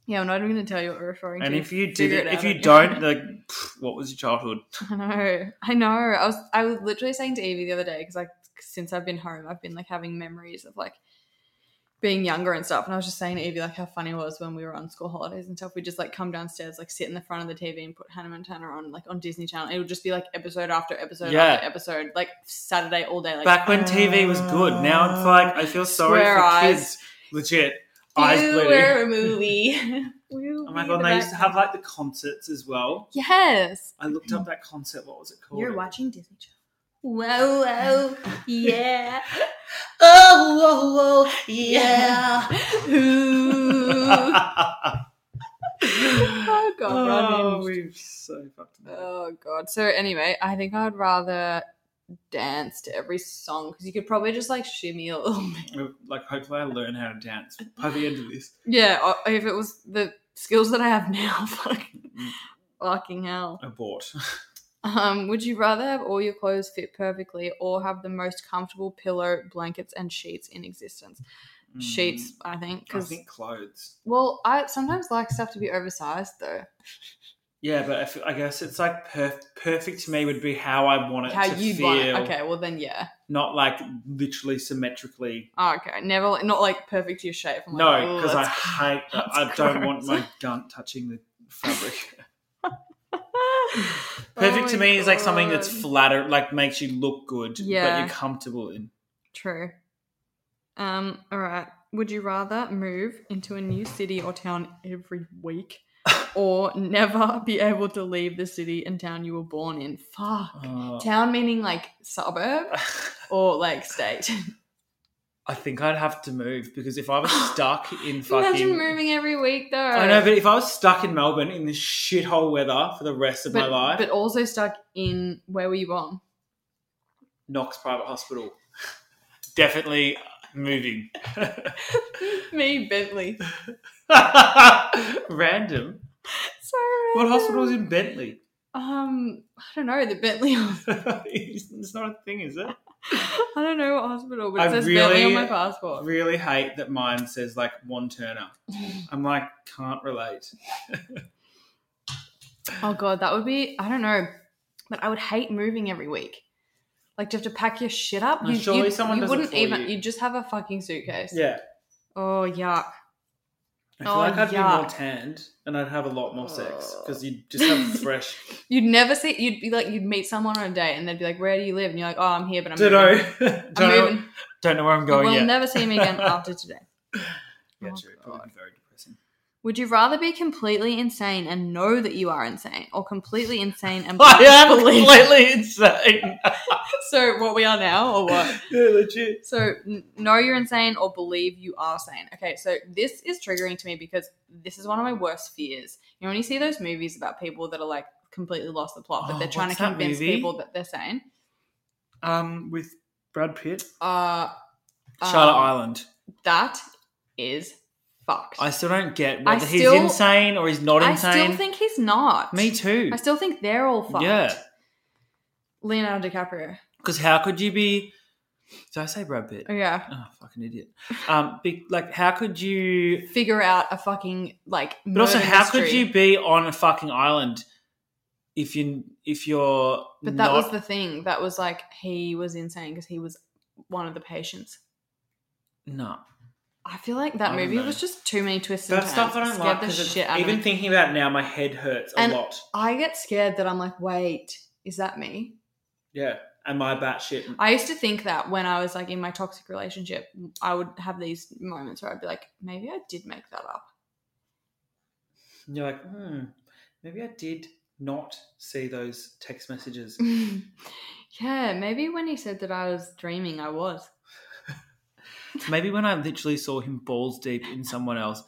Speaker 2: yeah. I'm not even gonna tell you what we're referring
Speaker 1: And
Speaker 2: to.
Speaker 1: if you did
Speaker 2: figure
Speaker 1: it,
Speaker 2: it
Speaker 1: if
Speaker 2: out
Speaker 1: you
Speaker 2: on your
Speaker 1: don't,
Speaker 2: own.
Speaker 1: like, pff, what was your childhood?
Speaker 2: I know, I know. I was I was literally saying to Evie the other day because like since I've been home, I've been like having memories of like being younger and stuff. And I was just saying to Evie like how funny it was when we were on school holidays and stuff. We just like come downstairs, like sit in the front of the TV and put Hannah Montana on like on Disney Channel. It would just be like episode after episode
Speaker 1: Yeah.
Speaker 2: after episode, like Saturday all day. Like
Speaker 1: Back when TV was good. Now it's like I feel sorry
Speaker 2: Uh, Square
Speaker 1: for
Speaker 2: eyes.
Speaker 1: kids. Legit,
Speaker 2: you
Speaker 1: eyes bleeding.
Speaker 2: were a movie. we
Speaker 1: Oh my god, and they used to have like the concerts as well.
Speaker 2: Yes.
Speaker 1: I looked up that concert. What was it called?
Speaker 2: You're watching Disney Channel. Whoa, whoa, yeah.
Speaker 3: Oh, whoa, whoa, yeah.
Speaker 2: Ooh. oh, God. we're
Speaker 1: oh,
Speaker 2: unhinged.
Speaker 1: we've so fucked it up.
Speaker 2: Oh god. So anyway, I think I'd rather dance to every song because you could probably just like shimmy a little bit.
Speaker 1: Like, hopefully, I learn how to dance by the end of this.
Speaker 2: Yeah, or if it was the skills that I have now, fucking,
Speaker 1: Mm.
Speaker 2: fucking hell.
Speaker 1: Abort.
Speaker 2: Um, would you rather have all your clothes fit perfectly or have the most comfortable pillow, blankets, and sheets in existence? Sheets, I think,
Speaker 1: Mm, I
Speaker 2: because
Speaker 1: think clothes.
Speaker 2: well, I sometimes like stuff to be oversized though.
Speaker 1: Yeah, but I, f- I guess it's like perf- perfect to me would be how I want it
Speaker 2: How
Speaker 1: to
Speaker 2: you'd
Speaker 1: feel,
Speaker 2: want it? Okay, well then, yeah.
Speaker 1: not like literally symmetrically.
Speaker 2: Oh, okay, never not like perfect to your shape. I'm like,
Speaker 1: no,
Speaker 2: "Ooh,
Speaker 1: because I
Speaker 2: that's-
Speaker 1: hate that. I
Speaker 2: that's
Speaker 1: don't want
Speaker 2: gross."
Speaker 1: my gunt touching the fabric.
Speaker 2: Perfect
Speaker 1: Perfect to me is like something that's flatter, like makes you look good, but
Speaker 2: Yeah.
Speaker 1: you're comfortable in.
Speaker 2: true. Um, all right. Would you rather move into a new city or town every week, or never be able to leave the city and town you were born in? Fuck.
Speaker 1: Oh.
Speaker 2: Town meaning like suburb or like state.
Speaker 1: I think I'd have to move because if I was stuck in fucking.
Speaker 2: Imagine moving every week though.
Speaker 1: I know, but if I was stuck in Melbourne in this shithole weather for the rest of my
Speaker 2: But-
Speaker 1: life,
Speaker 2: but also stuck in where were you born?
Speaker 1: Knox Private Hospital, definitely moving.
Speaker 2: Me, Bentley.
Speaker 1: Random.
Speaker 2: So
Speaker 1: What
Speaker 2: random.
Speaker 1: hospital is in Bentley?
Speaker 2: Um, I don't know the Bentley.
Speaker 1: it's it's not a thing, is it?
Speaker 2: I don't know what hospital, but it
Speaker 1: I
Speaker 2: says Bentley on
Speaker 1: really-
Speaker 2: my
Speaker 1: I
Speaker 2: passport.
Speaker 1: really hate that mine says like one Turner. I'm like, can't relate.
Speaker 2: Oh god, that would be I don't know, but I would hate moving every week. Like to have to pack your shit up.
Speaker 1: No, surely someone does it
Speaker 2: wouldn't
Speaker 1: for
Speaker 2: even.
Speaker 1: you.
Speaker 2: would just have a fucking suitcase.
Speaker 1: Yeah.
Speaker 2: Oh yuck.
Speaker 1: I feel
Speaker 2: Oh,
Speaker 1: like I'd be more
Speaker 2: yuck.
Speaker 1: tanned and I'd have a lot more sex because you just have fresh.
Speaker 2: You'd never see. You'd be like you'd meet someone on a date and they'd be like, "Where do you live?" And you're like, "Oh, I'm here, but I'm
Speaker 1: don't
Speaker 2: moving.
Speaker 1: know. don't,
Speaker 2: I'm
Speaker 1: know
Speaker 2: moving.
Speaker 1: don't know where I'm
Speaker 2: You
Speaker 1: going
Speaker 2: will
Speaker 1: yet.
Speaker 2: never see me again after today."
Speaker 1: yeah,
Speaker 2: Oh,
Speaker 1: true. It'd Probably be very depressing.
Speaker 2: Would you rather be completely insane and know that you are insane, or completely insane and
Speaker 1: I am
Speaker 2: believe-
Speaker 1: completely insane.
Speaker 2: so what we are now, or what?
Speaker 1: yeah, legit.
Speaker 2: So n- know you're insane or believe you are sane. Okay, so this is triggering to me because this is one of my worst fears. You know when you see those movies about people that are like completely lost the plot, but
Speaker 1: Oh,
Speaker 2: they're trying to
Speaker 1: what's that
Speaker 2: convince
Speaker 1: movie?
Speaker 2: people that they're sane.
Speaker 1: Um, with Brad Pitt,
Speaker 2: Uh, um,
Speaker 1: Charlotte Island.
Speaker 2: That is fucked.
Speaker 1: I still don't get
Speaker 2: I
Speaker 1: whether
Speaker 2: still-
Speaker 1: he's insane or he's not
Speaker 2: I
Speaker 1: insane.
Speaker 2: still think he's not.
Speaker 1: Me too.
Speaker 2: I still think they're all fucked.
Speaker 1: Yeah,
Speaker 2: Leonardo DiCaprio.
Speaker 1: because how could you be? Did I say Brad Pitt?
Speaker 2: Oh, yeah.
Speaker 1: Oh, fucking idiot. Um, be, like, how could you?
Speaker 2: Figure out a fucking like.
Speaker 1: But also, how could you be on a fucking island if you if you're
Speaker 2: But that
Speaker 1: not?
Speaker 2: was the thing. That was like he was insane because he was one of the patients.
Speaker 1: no,
Speaker 2: I feel like
Speaker 1: I
Speaker 2: that
Speaker 1: don't
Speaker 2: movie
Speaker 1: know.
Speaker 2: was just too many twists and
Speaker 1: that stuff I
Speaker 2: turns.
Speaker 1: don't
Speaker 2: Scared
Speaker 1: like
Speaker 2: the
Speaker 1: because
Speaker 2: shit out of
Speaker 1: even
Speaker 2: me.
Speaker 1: thinking about it now, my head hurts a
Speaker 2: And-
Speaker 1: lot.
Speaker 2: I get scared that I'm like, wait, is that me?
Speaker 1: Yeah, and my batshit.
Speaker 2: I used to think that when I was like in my toxic relationship, I would have these moments where I'd be like, maybe I did make that up.
Speaker 1: And you're like, hmm, maybe I did not see those text messages.
Speaker 2: yeah, maybe when he said that I was dreaming, I was.
Speaker 1: Maybe when I literally saw him balls deep in someone else,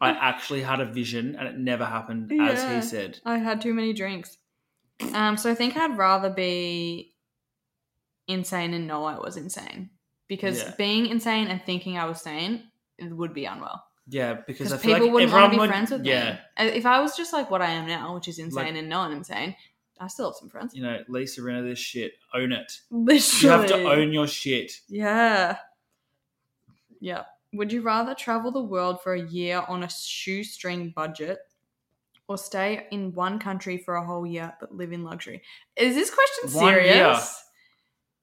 Speaker 1: I actually had a vision and it never happened as
Speaker 2: Yeah.
Speaker 1: he said.
Speaker 2: I had too many drinks. Um, so I think I'd rather be insane and know I was insane because
Speaker 1: Yeah.
Speaker 2: being insane and thinking I was sane it would be unwell.
Speaker 1: Yeah, because I
Speaker 2: Because
Speaker 1: feel
Speaker 2: people
Speaker 1: like
Speaker 2: wouldn't
Speaker 1: everyone
Speaker 2: want to be
Speaker 1: would-
Speaker 2: friends with
Speaker 1: yeah,
Speaker 2: me. I- If I was just like what I am now, which is insane
Speaker 1: Like-
Speaker 2: and no one insane, I still have some friends.
Speaker 1: you know, Lisa Rinna, this shit, own it. You
Speaker 2: Literally.
Speaker 1: have to own your shit.
Speaker 2: Yeah. Yeah. Would you rather travel the world for a year on a shoestring budget or stay in one country for a whole year but live in luxury? Is this question
Speaker 1: One year.
Speaker 2: serious?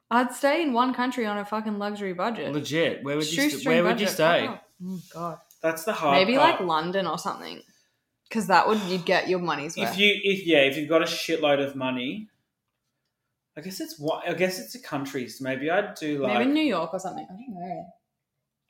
Speaker 2: I'd stay in one country on a fucking luxury budget.
Speaker 1: Legit. Where would you st-
Speaker 2: Shoestring
Speaker 1: Where would you
Speaker 2: budget,
Speaker 1: stay? Oh,
Speaker 2: fuck off. Oh, God.
Speaker 1: That's the hard
Speaker 2: Maybe like
Speaker 1: part.
Speaker 2: London or something. Because that would, you'd get your money's worth.
Speaker 1: if you if yeah if you've got a shitload of money, I guess it's what I guess it's the countries. Maybe I'd do like
Speaker 2: Maybe New York or something. I don't know.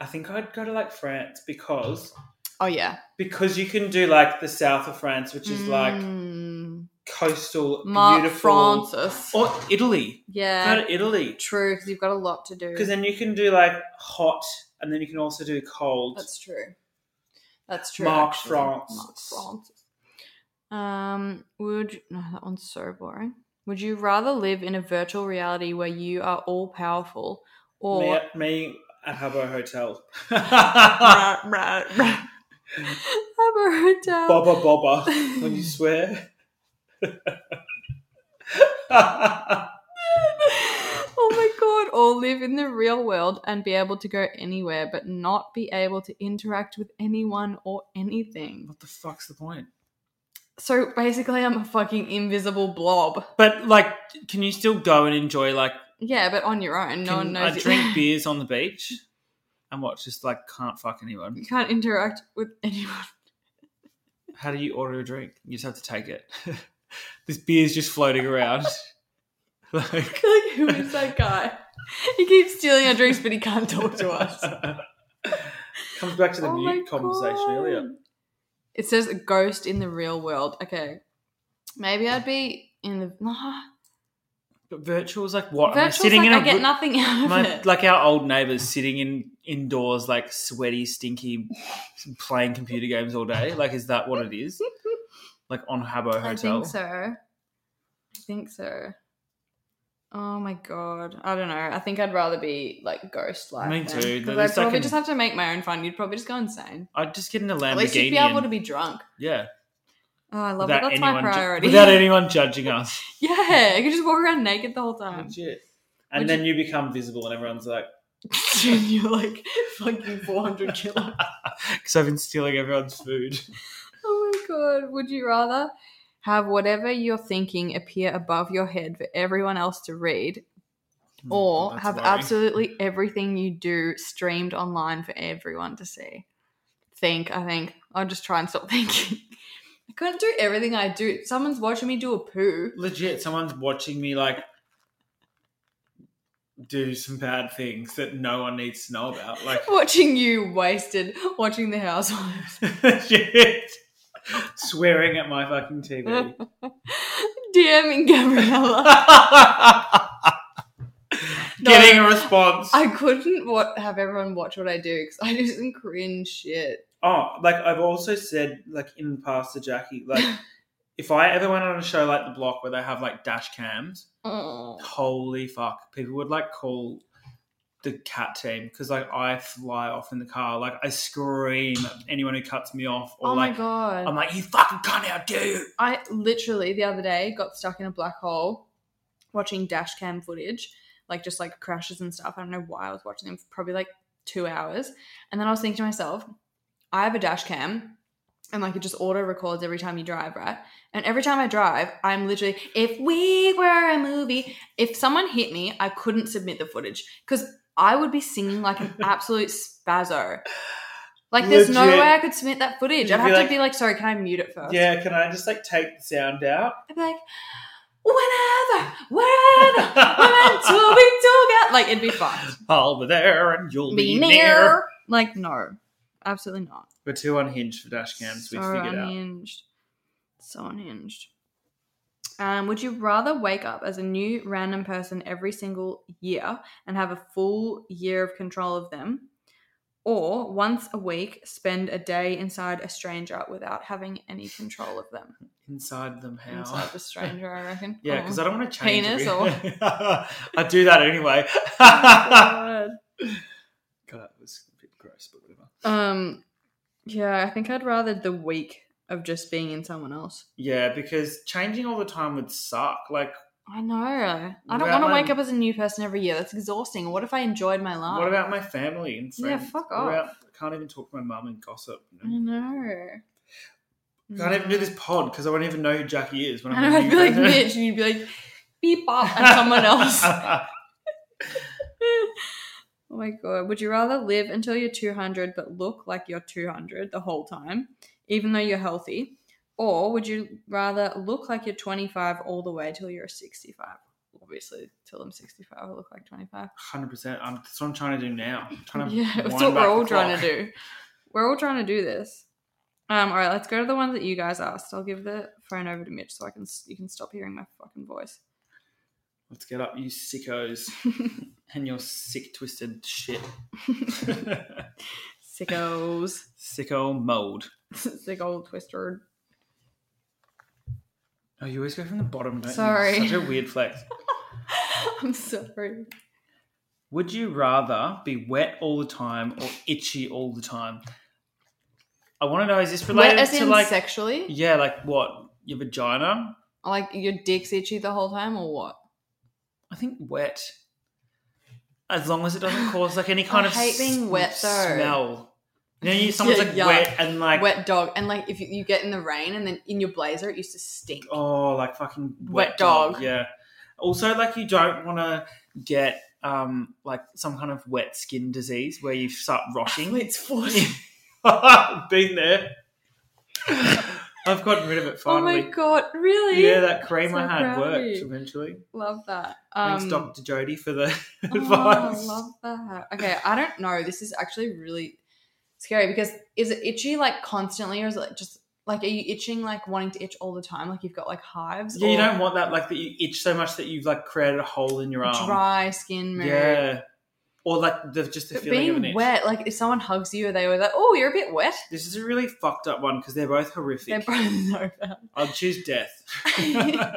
Speaker 1: I think I'd go to like France because
Speaker 2: Oh yeah.
Speaker 1: because you can do like the south of France, which is like
Speaker 2: Mm.
Speaker 1: coastal,
Speaker 2: Mark
Speaker 1: beautiful,
Speaker 2: Francis.
Speaker 1: or Italy. Go
Speaker 2: yeah.
Speaker 1: to Italy
Speaker 2: True, because you've got a lot to do.
Speaker 1: because then you can do like hot, and then you can also do cold.
Speaker 2: That's true. That's true.
Speaker 1: Mark
Speaker 2: actually.
Speaker 1: Francis.
Speaker 2: Mark Francis. Um, would no, that one's so boring. Would you rather live in a virtual reality where you are all powerful, or
Speaker 1: me, at- me at Habbo Hotel.
Speaker 2: Rah, rah, rah. have a hotel?
Speaker 1: Bobba Bobba, when you swear. That's
Speaker 2: oh my god! Or live in the real world and be able to go anywhere, but not be able to interact with anyone or anything.
Speaker 1: what the fuck's the point?
Speaker 2: So basically, I'm a fucking invisible blob.
Speaker 1: But like, can you still go and enjoy like?
Speaker 2: Yeah, but on your own, no
Speaker 1: can
Speaker 2: one knows.
Speaker 1: I
Speaker 2: you-
Speaker 1: drink beers on the beach, and what? Just like can't fuck anyone.
Speaker 2: you can't interact with anyone.
Speaker 1: How do you order a drink? You just have to take it. this beer's just floating around. like,
Speaker 2: like, who is that guy? He keeps stealing our drinks, but he can't talk to us.
Speaker 1: Comes back to the
Speaker 2: Oh my
Speaker 1: mute conversation
Speaker 2: God.
Speaker 1: earlier.
Speaker 2: It says a ghost in the real world. Okay, maybe I'd be in the nah.
Speaker 1: But virtual is like what? Am I
Speaker 2: virtual.
Speaker 1: sitting
Speaker 2: Like,
Speaker 1: in a
Speaker 2: I get
Speaker 1: ro-
Speaker 2: nothing out of
Speaker 1: My,
Speaker 2: it.
Speaker 1: like our old neighbors sitting in indoors, like sweaty, stinky, playing computer games all day. Like, is that what it is? Like on Habbo
Speaker 2: I
Speaker 1: Hotel.
Speaker 2: think so. I think so. Oh my god! I don't know. I think I'd rather be like ghost like.
Speaker 1: Me too. At
Speaker 2: Because
Speaker 1: least
Speaker 2: I'd
Speaker 1: I
Speaker 2: probably
Speaker 1: can-
Speaker 2: just have to make my own fun. You'd probably just go insane.
Speaker 1: I'd just get in a Lamborghini.
Speaker 2: At least you'd be able
Speaker 1: and-
Speaker 2: to be drunk.
Speaker 1: yeah,
Speaker 2: Oh, I love it. That's my
Speaker 1: anyone ju-
Speaker 2: priority.
Speaker 1: without anyone judging us.
Speaker 2: yeah, you could just walk around naked the whole time.
Speaker 1: Legit.
Speaker 2: Um,
Speaker 1: And
Speaker 2: Would
Speaker 1: then you become visible, and everyone's like,
Speaker 2: and you're like fucking 400 kilo.
Speaker 1: because I've been stealing everyone's food.
Speaker 2: oh my god. Would you rather have whatever you're thinking appear above your head for everyone else to read or
Speaker 1: Hmm, That's
Speaker 2: have
Speaker 1: worrying.
Speaker 2: absolutely everything you do streamed online for everyone to see? Think, I think. I'll just try and stop thinking. I couldn't do everything I do. Someone's watching me do a poo.
Speaker 1: legit someone's watching me like do some bad things that no one needs to know about. Like
Speaker 2: Watching you wasted, watching the housewives.
Speaker 1: shit. Swearing at my fucking TV.
Speaker 2: DMing Gabriella.
Speaker 1: Getting a response.
Speaker 2: I couldn't wa- have everyone watch what I do because I do some cringe shit.
Speaker 1: oh, like I've also said, like in the past to Jackie, like if I ever went on a show like The Block where they have like dash cams,
Speaker 2: Oh.
Speaker 1: holy fuck, people would like call the cat team because like I fly off in the car, like I scream at anyone who cuts me off, or
Speaker 2: Oh
Speaker 1: like
Speaker 2: my god.
Speaker 1: I'm like, you fucking cunt, how dare you?
Speaker 2: I literally the other day got stuck in a black hole watching dash cam footage, like just like crashes and stuff. I don't know why I was watching them for probably like two hours. And then I was thinking to myself, I have a dash cam and like it just auto records every time you drive, right? And every time I drive, I'm literally, if we were a movie, if someone hit me, I couldn't submit the footage because I would be singing like an absolute spazzo. Like there's no
Speaker 1: Legit.
Speaker 2: way I could submit that footage.
Speaker 1: You'd
Speaker 2: I'd
Speaker 1: be
Speaker 2: have
Speaker 1: like-
Speaker 2: to be like, sorry, can I mute it first?
Speaker 1: Yeah, can I just like take the sound out?
Speaker 2: I'd be like, whenever, whenever we're meant to be together. Like, it'd be fucked.
Speaker 1: I'll be there and you'll be,
Speaker 2: Be
Speaker 1: near.
Speaker 2: near. Like, no. Absolutely not.
Speaker 1: We're too unhinged for dash cams, we
Speaker 2: so
Speaker 1: figured out.
Speaker 2: unhinged. So unhinged. Um, would you rather wake up as a new random person every single year and have a full year of control of them? Or once a week, spend a day inside a stranger without having any control of them.
Speaker 1: Inside them how?
Speaker 2: Inside the stranger, I reckon.
Speaker 1: yeah,
Speaker 2: Oh.
Speaker 1: because I don't want to change
Speaker 2: Penis
Speaker 1: it.
Speaker 2: or-
Speaker 1: I do that anyway. God,
Speaker 2: God.
Speaker 1: that was a bit gross, but whatever.
Speaker 2: Um, yeah, I think I'd rather the week of just being in someone else.
Speaker 1: Yeah, because changing all the time would suck. Like,
Speaker 2: I know. I don't
Speaker 1: Well,
Speaker 2: want to
Speaker 1: I'm-
Speaker 2: wake up as a new person every year. That's exhausting. What if I enjoyed my life?
Speaker 1: what about my family and
Speaker 2: Ah. Yeah,
Speaker 1: friends?
Speaker 2: fuck
Speaker 1: What
Speaker 2: off. Mm.
Speaker 1: about- I can't even talk to my mum and gossip.
Speaker 2: I know.
Speaker 1: Can't even do this pod because I won't even know who Jackie is when I'm.
Speaker 2: I know,
Speaker 1: with
Speaker 2: I'd be
Speaker 1: you.
Speaker 2: like bitch, and you'd be like beep bop, and someone else. oh my god! Would you rather live until you're 200 but look like you're 200 the whole time, even though you're healthy, or would you rather look like you're 25 all the way till you're 65? Obviously, till I'm 65, I look like 25.
Speaker 1: Hundred percent. I'm that's what I'm trying to do now. I'm trying to
Speaker 2: yeah, that's
Speaker 1: wind
Speaker 2: what
Speaker 1: back
Speaker 2: we're all
Speaker 1: the
Speaker 2: trying
Speaker 1: clock.
Speaker 2: to do. We're all trying to do this. Um, all right, let's go to the ones that you guys asked. I'll give the phone over to Mitch so I can you can stop hearing my fucking voice.
Speaker 1: Let's get up, you sickos, and your sick, twisted shit.
Speaker 2: Sickos,
Speaker 1: Sicko mold.
Speaker 2: sick old twister.
Speaker 1: Oh, you always go from the bottom, don't
Speaker 2: Sorry.
Speaker 1: you? Such a weird flex.
Speaker 2: I'm sorry.
Speaker 1: Would you rather be wet all the time or itchy all the time? I want to know, is this
Speaker 2: Wet
Speaker 1: related
Speaker 2: as
Speaker 1: to
Speaker 2: in
Speaker 1: like,
Speaker 2: sexually,
Speaker 1: yeah, like what? Your vagina?
Speaker 2: like your dick's itchy the whole time, or what?
Speaker 1: I think wet. As long as it doesn't cause like any kind
Speaker 2: I
Speaker 1: of
Speaker 2: hate being
Speaker 1: s-
Speaker 2: wet, though.
Speaker 1: smell. You know, you, someone's
Speaker 2: Yeah,
Speaker 1: like
Speaker 2: yuck.
Speaker 1: wet and like,
Speaker 2: wet dog, and like if you, you get in the rain and then in your blazer, it used to stink.
Speaker 1: oh, like fucking wet,
Speaker 2: Wet
Speaker 1: dog.
Speaker 2: dog.
Speaker 1: Yeah. Also, like you don't want to get um like some kind of wet skin disease where you start rotting.
Speaker 2: Athlete's foot.
Speaker 1: Been there. I've gotten rid of it
Speaker 2: oh my
Speaker 1: finally.
Speaker 2: god, really?
Speaker 1: yeah, that cream
Speaker 2: So
Speaker 1: I had
Speaker 2: proud of
Speaker 1: worked
Speaker 2: you.
Speaker 1: eventually.
Speaker 2: love that.
Speaker 1: Thanks,
Speaker 2: Um,
Speaker 1: Dr. Jody, for the
Speaker 2: Oh,
Speaker 1: advice.
Speaker 2: love that. Okay, I don't know. This is actually really scary because is it itchy like constantly, or is it like, just like are you itching like wanting to itch all the time, like you've got like hives?
Speaker 1: Yeah, you
Speaker 2: or
Speaker 1: don't want that like that you itch so much that you've like created a hole in your arm.
Speaker 2: dry skin. Mary.
Speaker 1: Yeah. Or like the just the
Speaker 2: But
Speaker 1: feeling of an
Speaker 2: being
Speaker 1: itch.
Speaker 2: wet, like if someone hugs you, are they always like, "Oh, you're a bit wet."
Speaker 1: This is a really fucked up one because they're both
Speaker 2: They're
Speaker 1: horrific.
Speaker 2: both so bad.
Speaker 1: I'll choose death. they're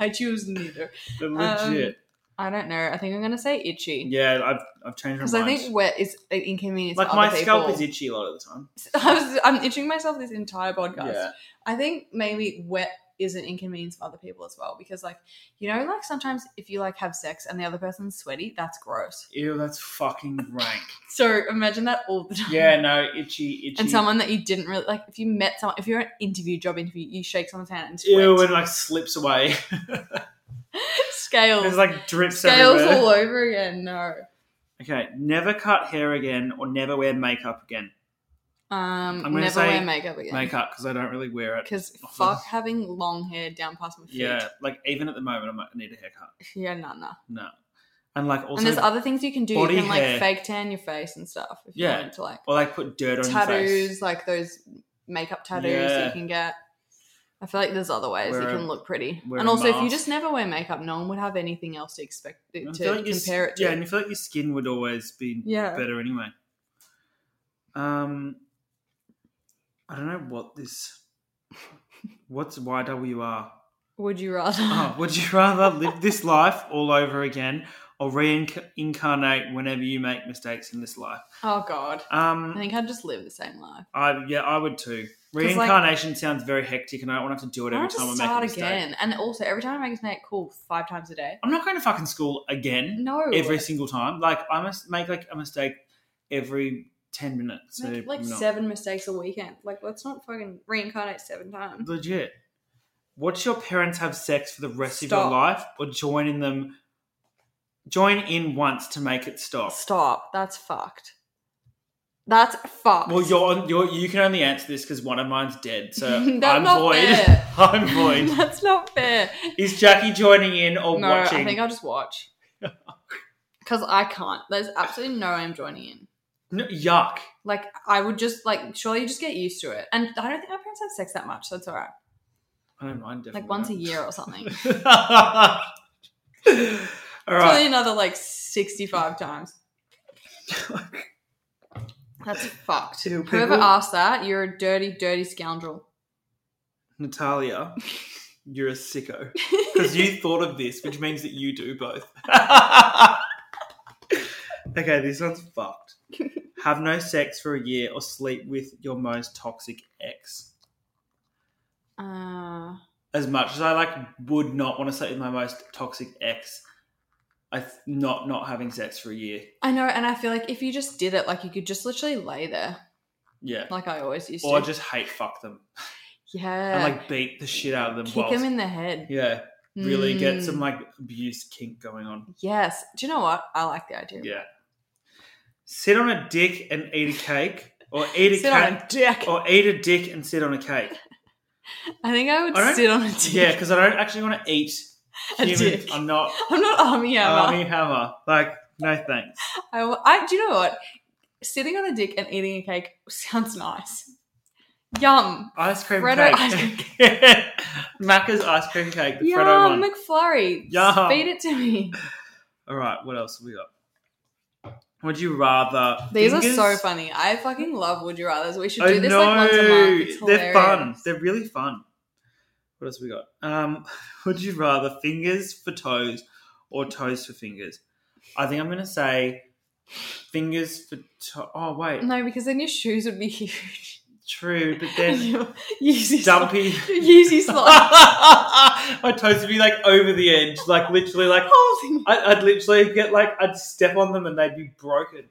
Speaker 2: I choose neither.
Speaker 1: legit.
Speaker 2: Um, I don't know. I think I'm gonna say itchy
Speaker 1: yeah, I've I've changed
Speaker 2: because
Speaker 1: my
Speaker 2: I
Speaker 1: mind.
Speaker 2: think wet is an inconvenience.
Speaker 1: like
Speaker 2: for
Speaker 1: my
Speaker 2: other
Speaker 1: scalp
Speaker 2: people.
Speaker 1: is itchy a lot of the time.
Speaker 2: I was, I'm itching myself this entire podcast.
Speaker 1: Yeah.
Speaker 2: I think maybe wet is an inconvenience for other people as well because, like, you know, like sometimes if you like have sex and the other person's sweaty, that's gross.
Speaker 1: Ew, that's fucking rank.
Speaker 2: So imagine that all the time.
Speaker 1: yeah, no, itchy, itchy.
Speaker 2: And someone that you didn't really like, if you met someone, if you're at an interview, job interview, you shake someone's hand and sweat.
Speaker 1: Ew, and like slips away.
Speaker 2: scales,
Speaker 1: There's like drips
Speaker 2: scales
Speaker 1: everywhere.
Speaker 2: all over again. No,
Speaker 1: Okay, never cut hair again or never wear makeup again.
Speaker 2: um,
Speaker 1: gonna
Speaker 2: never
Speaker 1: say
Speaker 2: wear makeup again.
Speaker 1: Makeup because I don't really wear it.
Speaker 2: because
Speaker 1: Often.
Speaker 2: fuck having long hair down past my feet.
Speaker 1: Yeah, like even at the moment, I might need a haircut.
Speaker 2: yeah, nah, nah.
Speaker 1: No, and like also,
Speaker 2: and there's other things you can do. You
Speaker 1: body
Speaker 2: can like
Speaker 1: hair.
Speaker 2: fake tan your face and stuff if
Speaker 1: Yeah.
Speaker 2: you wanted to like
Speaker 1: or like put dirt on your face.
Speaker 2: tattoos, like those makeup tattoos that
Speaker 1: Yeah.
Speaker 2: you can get. I feel like there's other ways
Speaker 1: Wear
Speaker 2: you
Speaker 1: a-
Speaker 2: can look pretty.
Speaker 1: wear
Speaker 2: And
Speaker 1: a
Speaker 2: also, if you
Speaker 1: mask.
Speaker 2: just never wear makeup, no one would have anything else to expect it,
Speaker 1: And I
Speaker 2: to
Speaker 1: feel like your s-
Speaker 2: compare it to.
Speaker 1: Yeah, and you feel like your skin would always be
Speaker 2: Yeah.
Speaker 1: better anyway. Um, I don't know what this. What's YWR?
Speaker 2: Would you rather?
Speaker 1: Oh, would you rather live this life all over again or reincarnate whenever you make mistakes in this life?
Speaker 2: Oh, God.
Speaker 1: Um,
Speaker 2: I think I'd just live the same life.
Speaker 1: I yeah, I would too.
Speaker 2: 'Cause, like-
Speaker 1: Reincarnation sounds very hectic, and I don't want to have to do it
Speaker 2: I
Speaker 1: every
Speaker 2: want to
Speaker 1: time I
Speaker 2: just
Speaker 1: make
Speaker 2: start
Speaker 1: a mistake.
Speaker 2: again. And also, every time I make a snake, cool, five times a day.
Speaker 1: I'm not going to fucking school again
Speaker 2: No.
Speaker 1: every single time. Like I must make like a mistake every ten minutes. So
Speaker 2: Make like
Speaker 1: I'm not-
Speaker 2: seven mistakes a weekend. Like, let's not fucking reincarnate seven times.
Speaker 1: legit. Watch your parents have sex for the rest of your
Speaker 2: Stop.
Speaker 1: life, or join in them. Join in once to make it stop.
Speaker 2: Stop. That's fucked. That's fucked.
Speaker 1: Well, you're, on- you're you can only answer this because one of mine's dead, so I'm
Speaker 2: That's not
Speaker 1: void.
Speaker 2: fair.
Speaker 1: I'm void.
Speaker 2: That's not fair.
Speaker 1: Is Jackie joining in or
Speaker 2: No,
Speaker 1: watching?
Speaker 2: I think I'll just watch. Because I can't. There's absolutely no way I'm joining in.
Speaker 1: No, yuck.
Speaker 2: Like, I would just, like, surely you just get used to it. And I don't think my parents have sex that much, so it's all right.
Speaker 1: I don't mind. Definitely
Speaker 2: Like, once a year or something. It's
Speaker 1: All
Speaker 2: Probably
Speaker 1: right.
Speaker 2: another, like, 65 times. That's fucked.
Speaker 1: Ew,
Speaker 2: Whoever
Speaker 1: people-
Speaker 2: asked that, you're a dirty, dirty scoundrel.
Speaker 1: Natalia, you're a sicko because you thought of this, which means that you do both. okay, this one's fucked. Have no sex for a year or sleep with your most toxic ex.
Speaker 2: Uh,
Speaker 1: As much as I like, would not want to sleep with my most toxic ex. I th- not not having sex for a year.
Speaker 2: I know, and I feel like if you just did it, like, you could just literally lay there,
Speaker 1: Yeah.
Speaker 2: like I always used
Speaker 1: Or
Speaker 2: to.
Speaker 1: just hate fuck them
Speaker 2: yeah.
Speaker 1: and like beat the shit out of them.
Speaker 2: kick
Speaker 1: whilst-
Speaker 2: them in the head.
Speaker 1: yeah. really get
Speaker 2: Mm.
Speaker 1: some like abuse kink going on.
Speaker 2: Yes. Do you know what? I like the idea.
Speaker 1: Yeah. Sit on a dick and eat a cake, or eat a Oh.
Speaker 2: Sit on
Speaker 1: cake,
Speaker 2: a dick.
Speaker 1: or eat a dick and sit on a cake.
Speaker 2: I think I would
Speaker 1: I don't-
Speaker 2: sit on a dick.
Speaker 1: Yeah, because I don't actually want to eat
Speaker 2: A
Speaker 1: human-
Speaker 2: dick.
Speaker 1: I'm not
Speaker 2: I'm not army hammer.
Speaker 1: army hammer. Like no thanks.
Speaker 2: I, will- I- do you know what? Sitting on a dick and eating a cake sounds nice. Yum.
Speaker 1: Ice cream
Speaker 2: Freddo
Speaker 1: cake.
Speaker 2: ice
Speaker 1: Macca's ice cream cake, the Freddo
Speaker 2: Yum,
Speaker 1: one.
Speaker 2: McFlurry.
Speaker 1: Yum.
Speaker 2: Feed it to me.
Speaker 1: All right, what else have we got? Would you rather?
Speaker 2: These
Speaker 1: fingers-
Speaker 2: are so funny. I fucking love Would You Rather's. We should
Speaker 1: I
Speaker 2: do this
Speaker 1: know.
Speaker 2: like once a month. It's
Speaker 1: They're
Speaker 2: hilarious.
Speaker 1: fun. They're really fun. What else we got? Um, would you rather fingers for toes or toes for fingers? I think I'm gonna say fingers for to- oh wait,
Speaker 2: No, because then your shoes would be huge.
Speaker 1: true, but then
Speaker 2: Your Yeezy slot.
Speaker 1: dumpy.
Speaker 2: Yeezy slot.
Speaker 1: My toes would be like over the edge, like literally, like
Speaker 2: Holding.
Speaker 1: I, I'd literally get like I'd step on them and they'd be broken.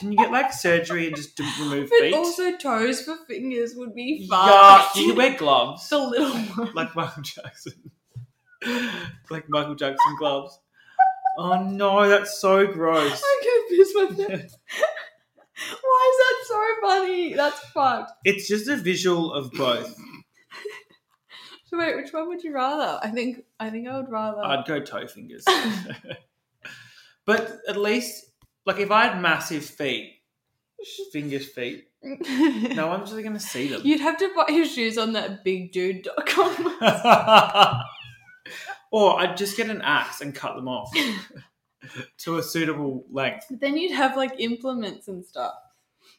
Speaker 1: Can you get like surgery and just d- remove
Speaker 2: But
Speaker 1: feet?
Speaker 2: also toes for fingers would be fun.
Speaker 1: yeah, you can wear gloves.
Speaker 2: the little one.
Speaker 1: like Michael Jackson. like Michael Jackson gloves. Oh no, that's so gross.
Speaker 2: I'm gonna piss my pants. Why is that so funny? That's fucked.
Speaker 1: It's just a visual of both.
Speaker 2: So wait, which one would you rather? I think I think I would rather.
Speaker 1: I'd go toe fingers. but at least, like, if I had massive feet, fingers, feet, no one's really going to see them.
Speaker 2: You'd have to buy your shoes on that bigdude.com.
Speaker 1: or I'd just get an axe and cut them off to a suitable length.
Speaker 2: But then you'd have like implements and stuff.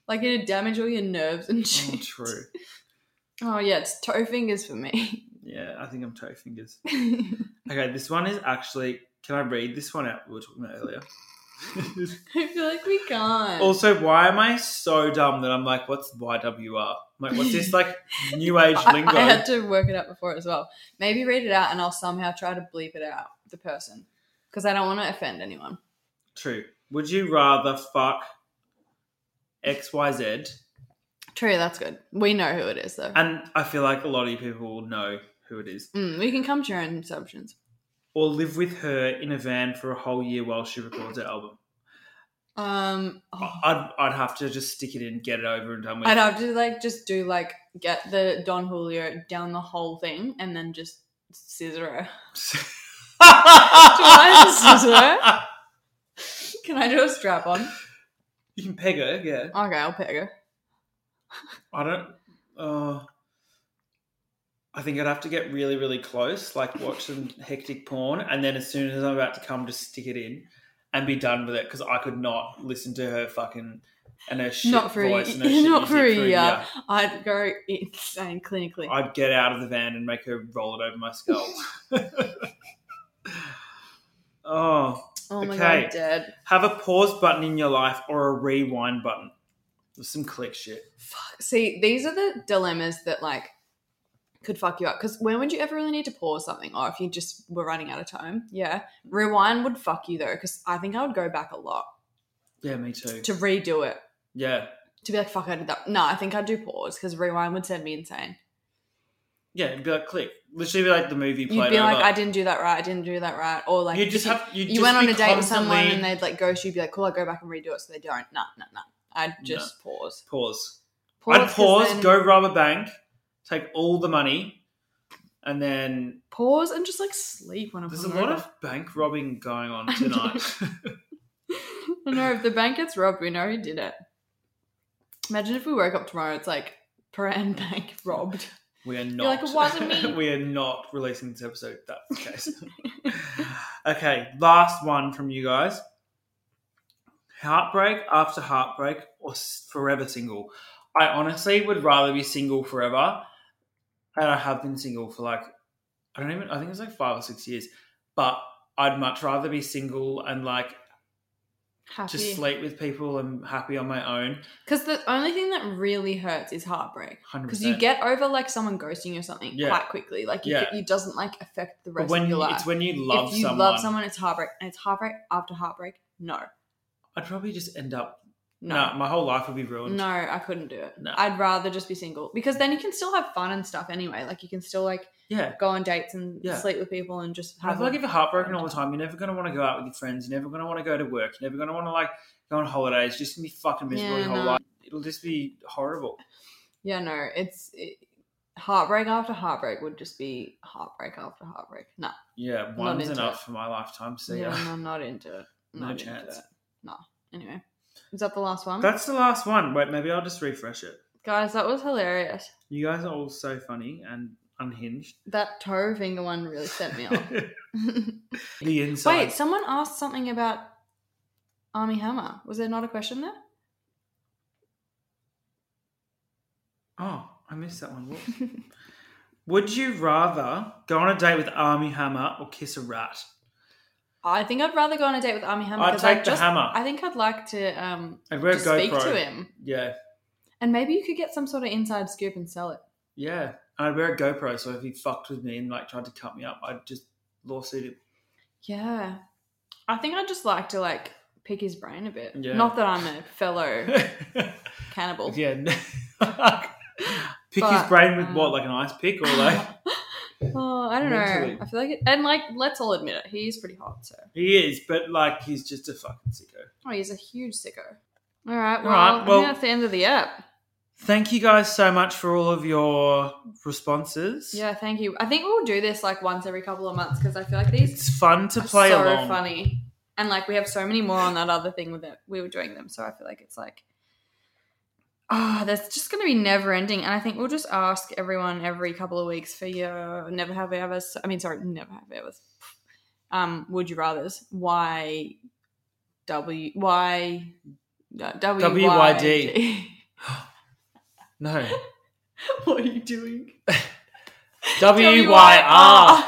Speaker 2: Like it'd damage all your nerves and
Speaker 1: Oh,
Speaker 2: shit.
Speaker 1: true.
Speaker 2: Oh yeah, it's toe fingers for me.
Speaker 1: Yeah, I think I'm toe fingers. Okay, this one is actually. Can I read this one out? We were talking about earlier.
Speaker 2: I feel like we can't.
Speaker 1: also, why am I so dumb that I'm like, what's YWR? I'm like, what's this like new age
Speaker 2: I,
Speaker 1: lingo?
Speaker 2: I had to work it out before as well. Maybe read it out and I'll somehow try to bleep it out, the person. Because I don't want to offend anyone.
Speaker 1: True. Would you rather fuck XYZ?
Speaker 2: True, that's good. We know who it is though.
Speaker 1: And I feel like a lot of you people will know who it is.
Speaker 2: Mm, we can come to your own assumptions.
Speaker 1: Or live with her in a van for a whole year while she records her album.
Speaker 2: Um, oh,
Speaker 1: I'd, I'd have to just stick it in, get it over and done with.
Speaker 2: I'd have to like just do like get the Don Julio down the whole thing and then just scissor her. I Can I do a strap on?
Speaker 1: You can peg her, yeah.
Speaker 2: Okay, I'll peg her.
Speaker 1: I don't. Uh, I think I'd have to get really, really close, like watch some hectic porn, and then as soon as I'm about to come, just stick it in and be done with it because I could not listen to her fucking and her shit
Speaker 2: Not for a
Speaker 1: voice
Speaker 2: ye-
Speaker 1: and her shit
Speaker 2: not
Speaker 1: music
Speaker 2: for a year. I'd go insane clinically.
Speaker 1: I'd get out of the van and make her roll it over my skull. oh,
Speaker 2: oh my
Speaker 1: okay.
Speaker 2: god, dead.
Speaker 1: have a pause button in your life or a rewind button. There's some click shit.
Speaker 2: Fuck. See, these are the dilemmas that like could fuck you up. Because when would you ever really need to pause something? Or if you just were running out of time, yeah. Rewind would fuck you though, because I think I would go back a lot
Speaker 1: Yeah, me too.
Speaker 2: to redo it.
Speaker 1: Yeah,
Speaker 2: To be like, fuck, I did that. No, I think I'd do pause because rewind would send me insane.
Speaker 1: yeah. It'd be like click. Literally, be like the movie.
Speaker 2: You'd
Speaker 1: played
Speaker 2: be like,
Speaker 1: over.
Speaker 2: I didn't do that right. I didn't do that right. Or like,
Speaker 1: you
Speaker 2: if
Speaker 1: just have you,
Speaker 2: you
Speaker 1: just
Speaker 2: went on
Speaker 1: be
Speaker 2: a date with someone
Speaker 1: constantly-
Speaker 2: and they'd like ghost you, would be like, cool, I'll go back and redo it so they don't. Nah, nah, nah. I'd just pause.
Speaker 1: pause.
Speaker 2: pause.
Speaker 1: I'd
Speaker 2: 'cause
Speaker 1: pause,
Speaker 2: then-
Speaker 1: go rob a bank, take all the money, and then
Speaker 2: Pause and just like sleep when I'm
Speaker 1: there's a
Speaker 2: hungover.
Speaker 1: lot of bank robbing going on tonight.
Speaker 2: I know if the bank gets robbed, we know who did it. Imagine if we woke up tomorrow, it's like Paran Bank robbed.
Speaker 1: we are not.
Speaker 2: like, "It wasn't me."
Speaker 1: we are not releasing this episode. If that's the case. okay, last one from you guys. Heartbreak after heartbreak or s- forever single. I honestly would rather be single forever, and I have been single for like I don't even I think it's like five or six years, but I'd much rather be single and like
Speaker 2: Happy.
Speaker 1: just sleep with people and happy on my own.
Speaker 2: Because the only thing that really hurts is heartbreak.
Speaker 1: Hundred
Speaker 2: Because you
Speaker 1: percent.
Speaker 2: get over like someone ghosting you or something
Speaker 1: Yeah.
Speaker 2: quite quickly. Like you
Speaker 1: Yeah.
Speaker 2: it doesn't like affect the
Speaker 1: But
Speaker 2: rest
Speaker 1: when
Speaker 2: of your
Speaker 1: you,
Speaker 2: life.
Speaker 1: it's when you love
Speaker 2: if you
Speaker 1: someone,
Speaker 2: love someone, it's heartbreak, and it's heartbreak after heartbreak. No,
Speaker 1: I'd probably just end up. No,
Speaker 2: no,
Speaker 1: my whole life would be ruined.
Speaker 2: no, I couldn't do it.
Speaker 1: No.
Speaker 2: I'd rather just be single because then you can still have fun and stuff anyway. Like you can still like
Speaker 1: Yeah.
Speaker 2: go on dates and
Speaker 1: Yeah.
Speaker 2: sleep with people and just
Speaker 1: I
Speaker 2: have.
Speaker 1: feel like
Speaker 2: a-
Speaker 1: if you're heartbroken all the time, you're never going to want to go out with your friends. You're never going to want to go to work. You're never going to want to like go on holidays. You're just gonna be fucking miserable
Speaker 2: Yeah,
Speaker 1: your whole
Speaker 2: no.
Speaker 1: life. It'll just be horrible.
Speaker 2: Yeah, no, it's it, heartbreak after heartbreak would just be heartbreak after heartbreak. No,
Speaker 1: Yeah, one's
Speaker 2: into
Speaker 1: enough
Speaker 2: it.
Speaker 1: for my lifetime. So
Speaker 2: yeah,
Speaker 1: yeah,
Speaker 2: no, I'm not into it.
Speaker 1: No
Speaker 2: Not into
Speaker 1: chance.
Speaker 2: it. No. Anyway, is that the last one?
Speaker 1: that's the last one. Wait, maybe I'll just refresh it.
Speaker 2: Guys, that was hilarious.
Speaker 1: You guys are all so funny and unhinged.
Speaker 2: That toe finger one really sent me off.
Speaker 1: the inside.
Speaker 2: Wait, someone asked something about Army Hammer. Was there not a question there?
Speaker 1: Oh, I missed that one. Whoops. Would you rather go on a date with Army Hammer or kiss a rat?
Speaker 2: I think I'd rather go on a date with Army Hammer
Speaker 1: I'd
Speaker 2: because
Speaker 1: take
Speaker 2: I
Speaker 1: the
Speaker 2: just
Speaker 1: hammer.
Speaker 2: I think I'd like to um
Speaker 1: And we're
Speaker 2: just
Speaker 1: GoPro.
Speaker 2: speak to him.
Speaker 1: Yeah,
Speaker 2: And maybe you could get some sort of inside scoop and sell it.
Speaker 1: yeah. And I'd wear a GoPro, so if he fucked with me and like tried to cut me up, I'd just lawsuit him.
Speaker 2: Yeah. I think I'd just like to like pick his brain a bit.
Speaker 1: Yeah.
Speaker 2: Not that I'm a fellow cannibal.
Speaker 1: yeah. pick
Speaker 2: But,
Speaker 1: his brain with
Speaker 2: um,
Speaker 1: what, like an ice pick or like
Speaker 2: Oh, I don't
Speaker 1: Mentally.
Speaker 2: know. I feel like it, and like let's all admit it, he is pretty hot, so
Speaker 1: he is, but like he's just a fucking sicko.
Speaker 2: oh he's a huge sicko. All right, well,
Speaker 1: right,
Speaker 2: I
Speaker 1: well-
Speaker 2: think that's the end of the app.
Speaker 1: Thank you guys so much for all of your responses.
Speaker 2: Yeah, thank you. I think we'll do this like once every couple of months because I feel like these
Speaker 1: It's fun to
Speaker 2: are
Speaker 1: play
Speaker 2: so
Speaker 1: along.
Speaker 2: funny, and like we have so many more on that other thing with it. We were doing them, so I feel like it's like, oh, that's just going to be never ending. And I think we'll just ask everyone every couple of weeks for your never have I ever. I mean, sorry, never have I ever. Um, would you rather's why w why no, W Y
Speaker 1: WYD.
Speaker 2: D?
Speaker 1: No.
Speaker 2: What are you doing?
Speaker 1: W Y R.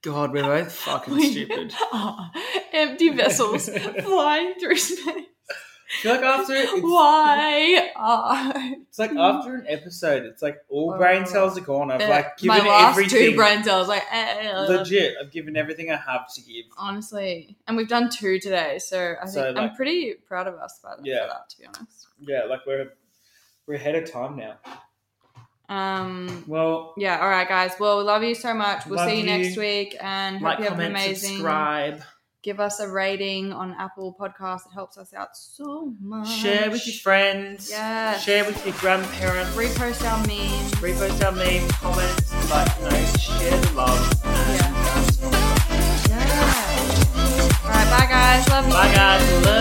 Speaker 1: God, we're both fucking
Speaker 2: We-
Speaker 1: stupid.
Speaker 2: Ah, empty vessels flying through space.
Speaker 1: I feel like after it's,
Speaker 2: Why are
Speaker 1: it's like after an episode, it's like all
Speaker 2: Oh.
Speaker 1: brain cells are gone. I've like
Speaker 2: Uh, my
Speaker 1: given
Speaker 2: last two
Speaker 1: everything.
Speaker 2: brain cells? Like eh,
Speaker 1: Legit, I've given everything I have to give.
Speaker 2: honestly, and we've done two today, so I think
Speaker 1: So,
Speaker 2: I'm
Speaker 1: like-
Speaker 2: pretty proud of us by
Speaker 1: Yeah.
Speaker 2: for that. To be honest,
Speaker 1: Yeah, like we're we're ahead of time now.
Speaker 2: um,
Speaker 1: Well,
Speaker 2: yeah. All right, guys. Well, love you so much. We'll
Speaker 1: Love
Speaker 2: see you,
Speaker 1: you.
Speaker 2: next week, and hope
Speaker 1: like,
Speaker 2: you have an
Speaker 1: comment,
Speaker 2: amazing.
Speaker 1: subscribe,
Speaker 2: Give us a rating on Apple Podcasts. It helps us out so much.
Speaker 1: share with your friends,
Speaker 2: Yes.
Speaker 1: share with your grandparents,
Speaker 2: Repost our memes.
Speaker 1: repost our memes, comments, like, you know, share the love.
Speaker 2: Yeah. All right, bye guys. Love you.
Speaker 1: Bye guys, love.